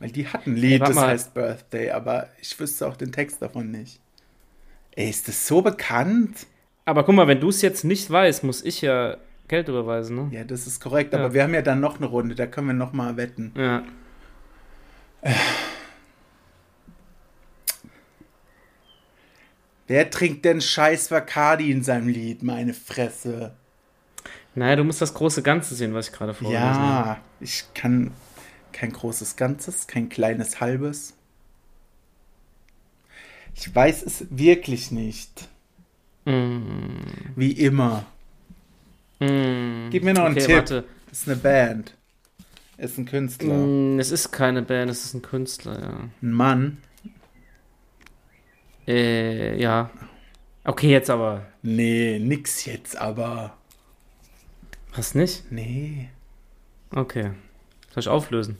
Speaker 2: Weil die hat ein Lied,
Speaker 1: warte
Speaker 2: das
Speaker 1: mal.
Speaker 2: heißt Birthday, aber ich wüsste auch den Text davon nicht. Ey, ist das so bekannt?
Speaker 1: Aber guck mal, wenn du es jetzt nicht weißt, muss ich ja Geld überweisen, ne?
Speaker 2: Ja, das ist korrekt,
Speaker 1: Ja.
Speaker 2: aber wir haben ja dann noch eine Runde, da können wir noch mal wetten.
Speaker 1: Ja.
Speaker 2: Wer trinkt denn scheiß Bacardi in seinem Lied, meine Fresse?
Speaker 1: Naja, du musst das große Ganze sehen, was ich gerade Ne? vorgelesen habe.
Speaker 2: Ja, ich kann kein großes Ganzes, kein kleines Halbes. Ich weiß es wirklich nicht.
Speaker 1: Mm.
Speaker 2: Wie immer. Gib mir noch einen
Speaker 1: Okay,
Speaker 2: Tipp.
Speaker 1: warte.
Speaker 2: Ist eine Band. Ist ein Künstler.
Speaker 1: Mm, Es ist keine Band, es ist ein Künstler, ja.
Speaker 2: Ein Mann.
Speaker 1: Äh, ja. Okay, jetzt aber.
Speaker 2: Nee, nix jetzt, aber.
Speaker 1: Was nicht?
Speaker 2: Nee.
Speaker 1: Okay. Soll ich auflösen?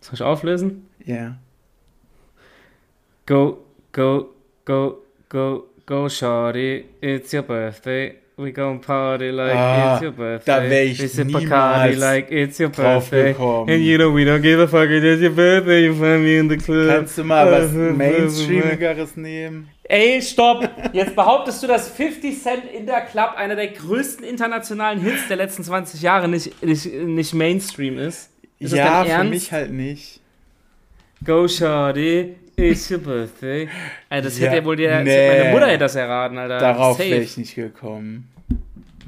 Speaker 1: Soll ich auflösen?
Speaker 2: Ja.
Speaker 1: Go, go, go, go, go, shawty. It's your birthday. We gon' party like
Speaker 2: Ah,
Speaker 1: it's your birthday.
Speaker 2: da wär ich
Speaker 1: We sip
Speaker 2: niemals
Speaker 1: Bacardi like it's your
Speaker 2: drauf
Speaker 1: birthday.
Speaker 2: gekommen.
Speaker 1: And you know we don't give a fuck, it is your birthday, you find me in the club.
Speaker 2: Kannst du mal was
Speaker 1: äh,
Speaker 2: Mainstreamigeres nehmen?
Speaker 1: Ey, stopp! Jetzt behauptest du, dass 50 Cent in der Club einer der größten internationalen Hits der letzten 20 Jahre nicht, nicht, nicht Mainstream ist. ist das
Speaker 2: ja,
Speaker 1: dein
Speaker 2: für
Speaker 1: Ernst?
Speaker 2: mich halt nicht.
Speaker 1: Go, Shorty, it's your birthday. Ey, das
Speaker 2: Ja,
Speaker 1: hätte ja wohl der, das
Speaker 2: nee.
Speaker 1: hätte meine Mutter hätte das erraten, Alter.
Speaker 2: Darauf
Speaker 1: Äh, Safe.
Speaker 2: wäre ich nicht gekommen.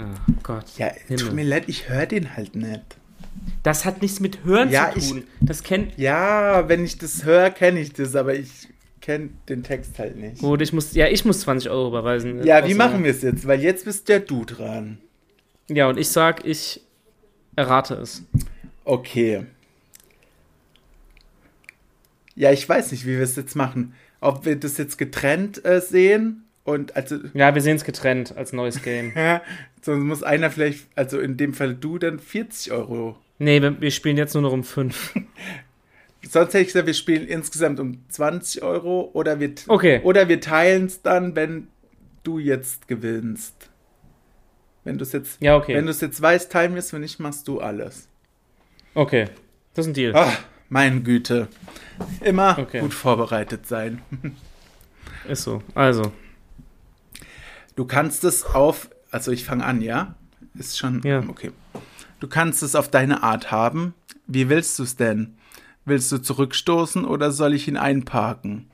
Speaker 1: Oh Gott.
Speaker 2: Ja,
Speaker 1: Himmel.
Speaker 2: tut mir leid, ich höre den halt nicht.
Speaker 1: Das hat nichts mit Hören
Speaker 2: Ja,
Speaker 1: zu
Speaker 2: ich-
Speaker 1: tun. Das kennt.
Speaker 2: Ja, wenn ich das höre, kenne ich das, aber ich kenne den Text halt nicht.
Speaker 1: Gut, also- ich muss, ja, ich muss 20 Euro überweisen.
Speaker 2: Ja, wie machen wir es jetzt? Weil jetzt bist ja du dran.
Speaker 1: Ja, und ich sag, ich errate es.
Speaker 2: Okay. Ja, ich weiß nicht, wie wir es jetzt machen. Ob wir das jetzt getrennt äh, sehen und also
Speaker 1: Ja, wir sehen es getrennt als neues Game.
Speaker 2: Ja, sonst muss einer vielleicht, also in dem Fall du, dann 40 Euro
Speaker 1: Nee, wir, wir spielen jetzt nur noch um 5.
Speaker 2: Sonst hätte ich gesagt, wir spielen insgesamt um 20 Euro oder wir,
Speaker 1: Okay.
Speaker 2: oder wir teilen es dann, wenn du jetzt gewinnst. Wenn du es jetzt,
Speaker 1: Ja, okay.
Speaker 2: wenn du es jetzt weißt, teilen wir es, wenn nicht, machst du alles.
Speaker 1: Okay, das ist ein Deal.
Speaker 2: Ah, meine Güte. Immer
Speaker 1: Okay.
Speaker 2: gut vorbereitet sein.
Speaker 1: Ist so. Also,
Speaker 2: Du kannst es auf, also ich fange an, ja? Ist schon,
Speaker 1: Ja.
Speaker 2: okay. Du kannst es auf deine Art haben. Wie willst du es denn? Willst du zurückstoßen oder soll ich ihn einparken?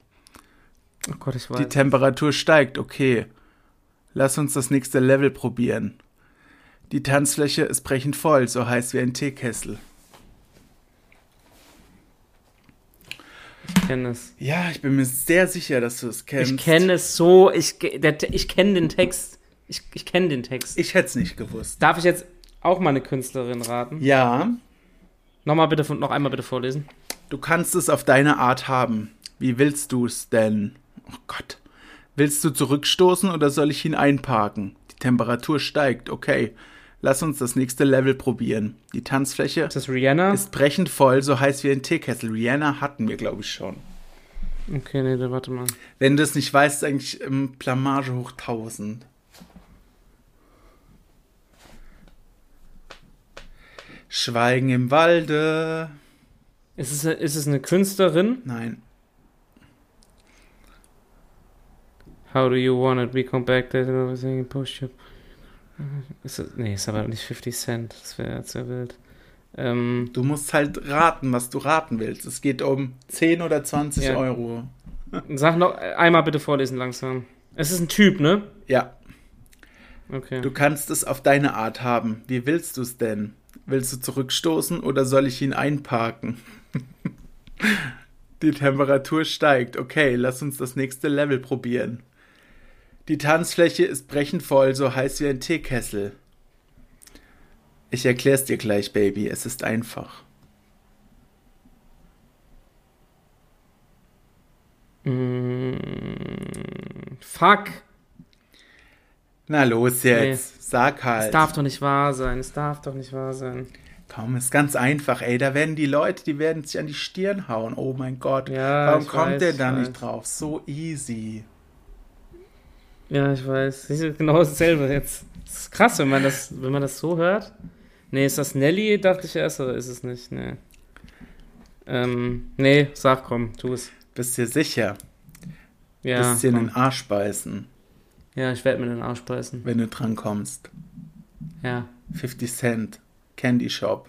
Speaker 1: oh Gott, ich
Speaker 2: Die
Speaker 1: weiß.
Speaker 2: Temperatur steigt, okay. Lass uns das nächste Level probieren. Die Tanzfläche ist brechend voll, so heiß wie ein Teekessel.
Speaker 1: Ich kenne es.
Speaker 2: Ja, ich bin mir sehr sicher, dass du es kennst.
Speaker 1: Ich kenne es so. Ich, ge- der, Te- ich kenne den Text. Ich, ich kenne den Text.
Speaker 2: Ich hätte es nicht gewusst.
Speaker 1: Darf ich jetzt auch mal eine Künstlerin raten?
Speaker 2: Ja,
Speaker 1: Nochmal bitte, von- noch einmal bitte vorlesen.
Speaker 2: du kannst es auf deine Art haben. Wie willst du es denn? Oh Gott. Willst du zurückstoßen oder soll ich ihn einparken? Die Temperatur steigt, okay. Lass uns das nächste Level probieren. Die Tanzfläche
Speaker 1: Ist das Rihanna?
Speaker 2: ist brechend voll, so heiß wie ein Teekessel. Rihanna hatten wir, glaube ich, schon.
Speaker 1: Okay, nee, dann warte mal.
Speaker 2: Wenn du es nicht weißt, ist eigentlich ähm, Blamage hoch 1000. Schweigen im Walde.
Speaker 1: Ist es, ist es eine Künstlerin?
Speaker 2: Nein.
Speaker 1: How do you want it? We come back there and everything and push you. Ist es, nee, ist aber nicht 50 Cent. Das wäre jetzt ja wild. Ähm,
Speaker 2: Du musst halt raten, was du raten willst. Es geht um 10 oder 20
Speaker 1: Ja.
Speaker 2: Euro.
Speaker 1: sag noch einmal bitte vorlesen langsam. Es ist ein Typ, ne?
Speaker 2: Ja,
Speaker 1: Okay.
Speaker 2: du kannst es auf deine Art haben. Wie willst du es denn? Willst du zurückstoßen oder soll ich ihn einparken? Die Temperatur steigt. Okay, lass uns das nächste Level probieren. Die Tanzfläche ist brechend voll, so heiß wie ein Teekessel. Ich erklär's dir gleich, Baby. Es ist einfach.
Speaker 1: Fuck!
Speaker 2: Na los jetzt. Sag
Speaker 1: Es
Speaker 2: halt.
Speaker 1: darf doch nicht wahr sein. Es darf doch nicht wahr sein.
Speaker 2: Komm, ist ganz einfach, ey. Da werden die Leute, die werden sich an die Stirn hauen. Oh mein Gott.
Speaker 1: Ja,
Speaker 2: Warum
Speaker 1: ich
Speaker 2: kommt
Speaker 1: weiß,
Speaker 2: der
Speaker 1: ich
Speaker 2: da nicht
Speaker 1: weiß.
Speaker 2: drauf? So easy.
Speaker 1: Ja, ich weiß. Das ist genau dasselbe jetzt. Das ist krass, wenn man das, wenn man das so hört. Nee, ist das Nelly, dachte ich erst, oder ist es nicht? Nee. Ähm, nee, sag komm, tu es.
Speaker 2: Bist dir sicher?
Speaker 1: Ja,
Speaker 2: Bist dir in
Speaker 1: komm.
Speaker 2: den Arsch beißen,
Speaker 1: ja ich werde mir den Arsch beißen.
Speaker 2: wenn du dran kommst.
Speaker 1: Ja.
Speaker 2: 50 Cent. Candy Shop.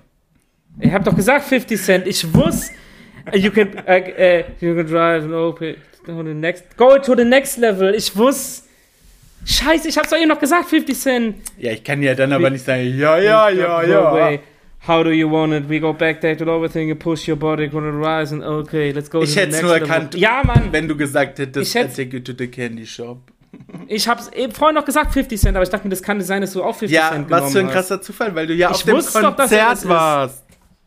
Speaker 1: Ich hab doch gesagt 50 Cent. Ich wusste. You can, äh, äh, you can drive and open to the next. Go to the next level. Ich wusste. Scheiße, ich hab's doch eben noch gesagt, 50 Cent.
Speaker 2: Ja, ich kann ja dann aber nicht sagen, ja, ja, ja, ja.
Speaker 1: Broadway. How do you want it? We go back there to everything and push your body, gonna rise and okay, let's go
Speaker 2: Ich
Speaker 1: to the
Speaker 2: hätt's
Speaker 1: next
Speaker 2: nur
Speaker 1: level.
Speaker 2: erkannt.
Speaker 1: Ja, Mann,
Speaker 2: Wenn du gesagt
Speaker 1: Ich
Speaker 2: hättest,
Speaker 1: hätt-
Speaker 2: I take you to the Candy Shop.
Speaker 1: ich hab's eben vorhin noch gesagt 50 Cent, aber ich dachte mir, das kann nicht sein, dass du auch 50
Speaker 2: Ja,
Speaker 1: Cent genommen
Speaker 2: was für ein
Speaker 1: hast.
Speaker 2: krasser Zufall, weil du ja
Speaker 1: Ich
Speaker 2: auf dem
Speaker 1: wusste doch, dass er das
Speaker 2: Konzert
Speaker 1: ist.
Speaker 2: warst.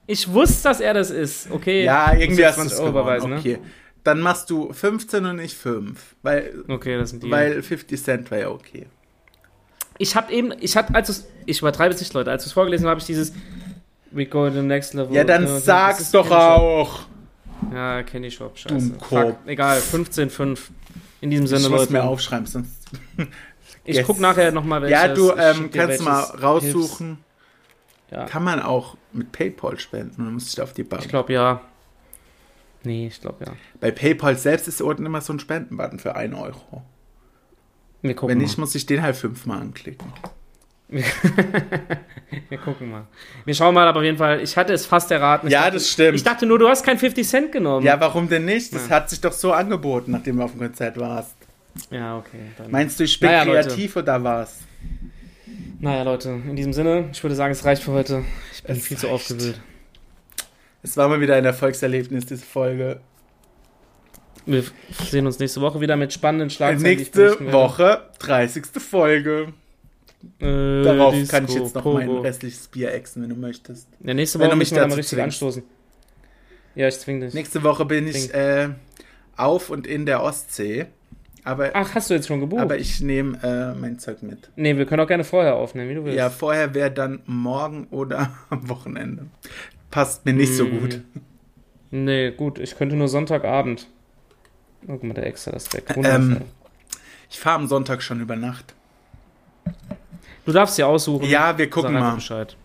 Speaker 1: Ich wusste, dass er das ist. Okay.
Speaker 2: Ja, irgendwie
Speaker 1: Muss jetzt
Speaker 2: hast du es
Speaker 1: 20 Euro überweisen,
Speaker 2: gewonnen.
Speaker 1: ne?
Speaker 2: Okay. Dann machst du 15 und nicht 5, weil
Speaker 1: Okay, das sind die.
Speaker 2: Weil 50 Cent war ja okay.
Speaker 1: ich habe eben, ich hatte, als du's- ich übertreibe es nicht, Leute, als ich es vorgelesen habe, habe ich dieses We go to the next level.
Speaker 2: Ja, dann
Speaker 1: Oh, Ja, das
Speaker 2: sag's
Speaker 1: ist
Speaker 2: doch
Speaker 1: Candy Shop.
Speaker 2: auch.
Speaker 1: Ja, Candy Shop, scheiße.
Speaker 2: Dummkorb.
Speaker 1: Fuck, Egal, 15,5. In diesem Sinne,
Speaker 2: Ich muss
Speaker 1: Leute.
Speaker 2: mir aufschreiben, sonst.
Speaker 1: Ich
Speaker 2: Yes.
Speaker 1: guck nachher nochmal, welches.
Speaker 2: Ja, du
Speaker 1: ich
Speaker 2: ähm,
Speaker 1: schick dir
Speaker 2: kannst mal
Speaker 1: welches Hilfs-
Speaker 2: raussuchen.
Speaker 1: Ja.
Speaker 2: Kann man auch mit PayPal spenden? Dann muss ich da auf die Bank.
Speaker 1: Ich glaube ja. Nee, ich glaube ja.
Speaker 2: Bei PayPal selbst ist unten immer so ein Spendenbutton für 1 Euro.
Speaker 1: Wir gucken
Speaker 2: Wenn
Speaker 1: mal.
Speaker 2: nicht, muss ich den halt fünfmal anklicken.
Speaker 1: Wir gucken mal. Wir schauen mal, aber auf jeden Fall, ich hatte es fast erraten. Ich
Speaker 2: Ja,
Speaker 1: dachte,
Speaker 2: das stimmt.
Speaker 1: Ich dachte nur, du hast kein 50 Cent genommen.
Speaker 2: Ja, warum denn nicht? Das
Speaker 1: Ja.
Speaker 2: hat sich doch so angeboten, nachdem du auf dem Konzert warst.
Speaker 1: ja okay. Dann.
Speaker 2: Meinst du, ich bin
Speaker 1: Naja, Leute.
Speaker 2: kreativ oder was?
Speaker 1: Naja, Leute, in diesem Sinne, ich würde sagen, es reicht für heute. Ich bin
Speaker 2: Es
Speaker 1: viel zu
Speaker 2: reicht.
Speaker 1: aufgewühlt.
Speaker 2: Es war mal wieder ein Erfolgserlebnis, diese Folge.
Speaker 1: Wir f- sehen uns nächste Woche wieder mit spannenden Schlagzeilen. die ich berichten
Speaker 2: Äh, Nächste
Speaker 1: werde.
Speaker 2: Woche, 30. Folge.
Speaker 1: Äh,
Speaker 2: Darauf
Speaker 1: Disco,
Speaker 2: kann ich jetzt noch mein
Speaker 1: Pogo.
Speaker 2: restliches Bier exen, wenn du möchtest.
Speaker 1: Ja, nächste
Speaker 2: wenn
Speaker 1: Woche
Speaker 2: du mich
Speaker 1: müssen wir dann mal
Speaker 2: dazu
Speaker 1: richtig
Speaker 2: zwingst.
Speaker 1: anstoßen. Ja, ich zwing dich.
Speaker 2: Nächste Woche bin ich
Speaker 1: Trink.
Speaker 2: äh, auf und in der Ostsee. Aber,
Speaker 1: Ach, hast du jetzt schon gebucht?
Speaker 2: aber ich nehme äh, mein Zeug mit.
Speaker 1: nee, wir können auch gerne vorher aufnehmen, wie du willst.
Speaker 2: Ja, vorher wäre dann morgen oder am Wochenende. Passt mir nicht
Speaker 1: Mm.
Speaker 2: so gut.
Speaker 1: Nee, gut, ich könnte nur Sonntagabend. Oh, guck mal, der Extra, das ist weg.
Speaker 2: Ähm, ich fahre am Sonntag schon über Nacht.
Speaker 1: du darfst ja aussuchen.
Speaker 2: Ja, wir gucken
Speaker 1: Sag einfach
Speaker 2: mal.
Speaker 1: Bescheid.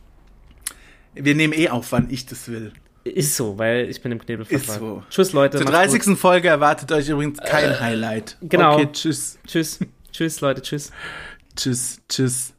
Speaker 2: Wir nehmen eh auf, wann ich das will.
Speaker 1: Ist so, weil ich bin im Knebelvertrag.
Speaker 2: Ist so.
Speaker 1: Tschüss, Leute.
Speaker 2: Zur
Speaker 1: macht's gut.
Speaker 2: 30. Folge erwartet euch übrigens kein Highlight.
Speaker 1: genau.
Speaker 2: Okay, tschüss.
Speaker 1: Tschüss. Tschüss, Leute. Tschüss.
Speaker 2: Tschüss, tschüss.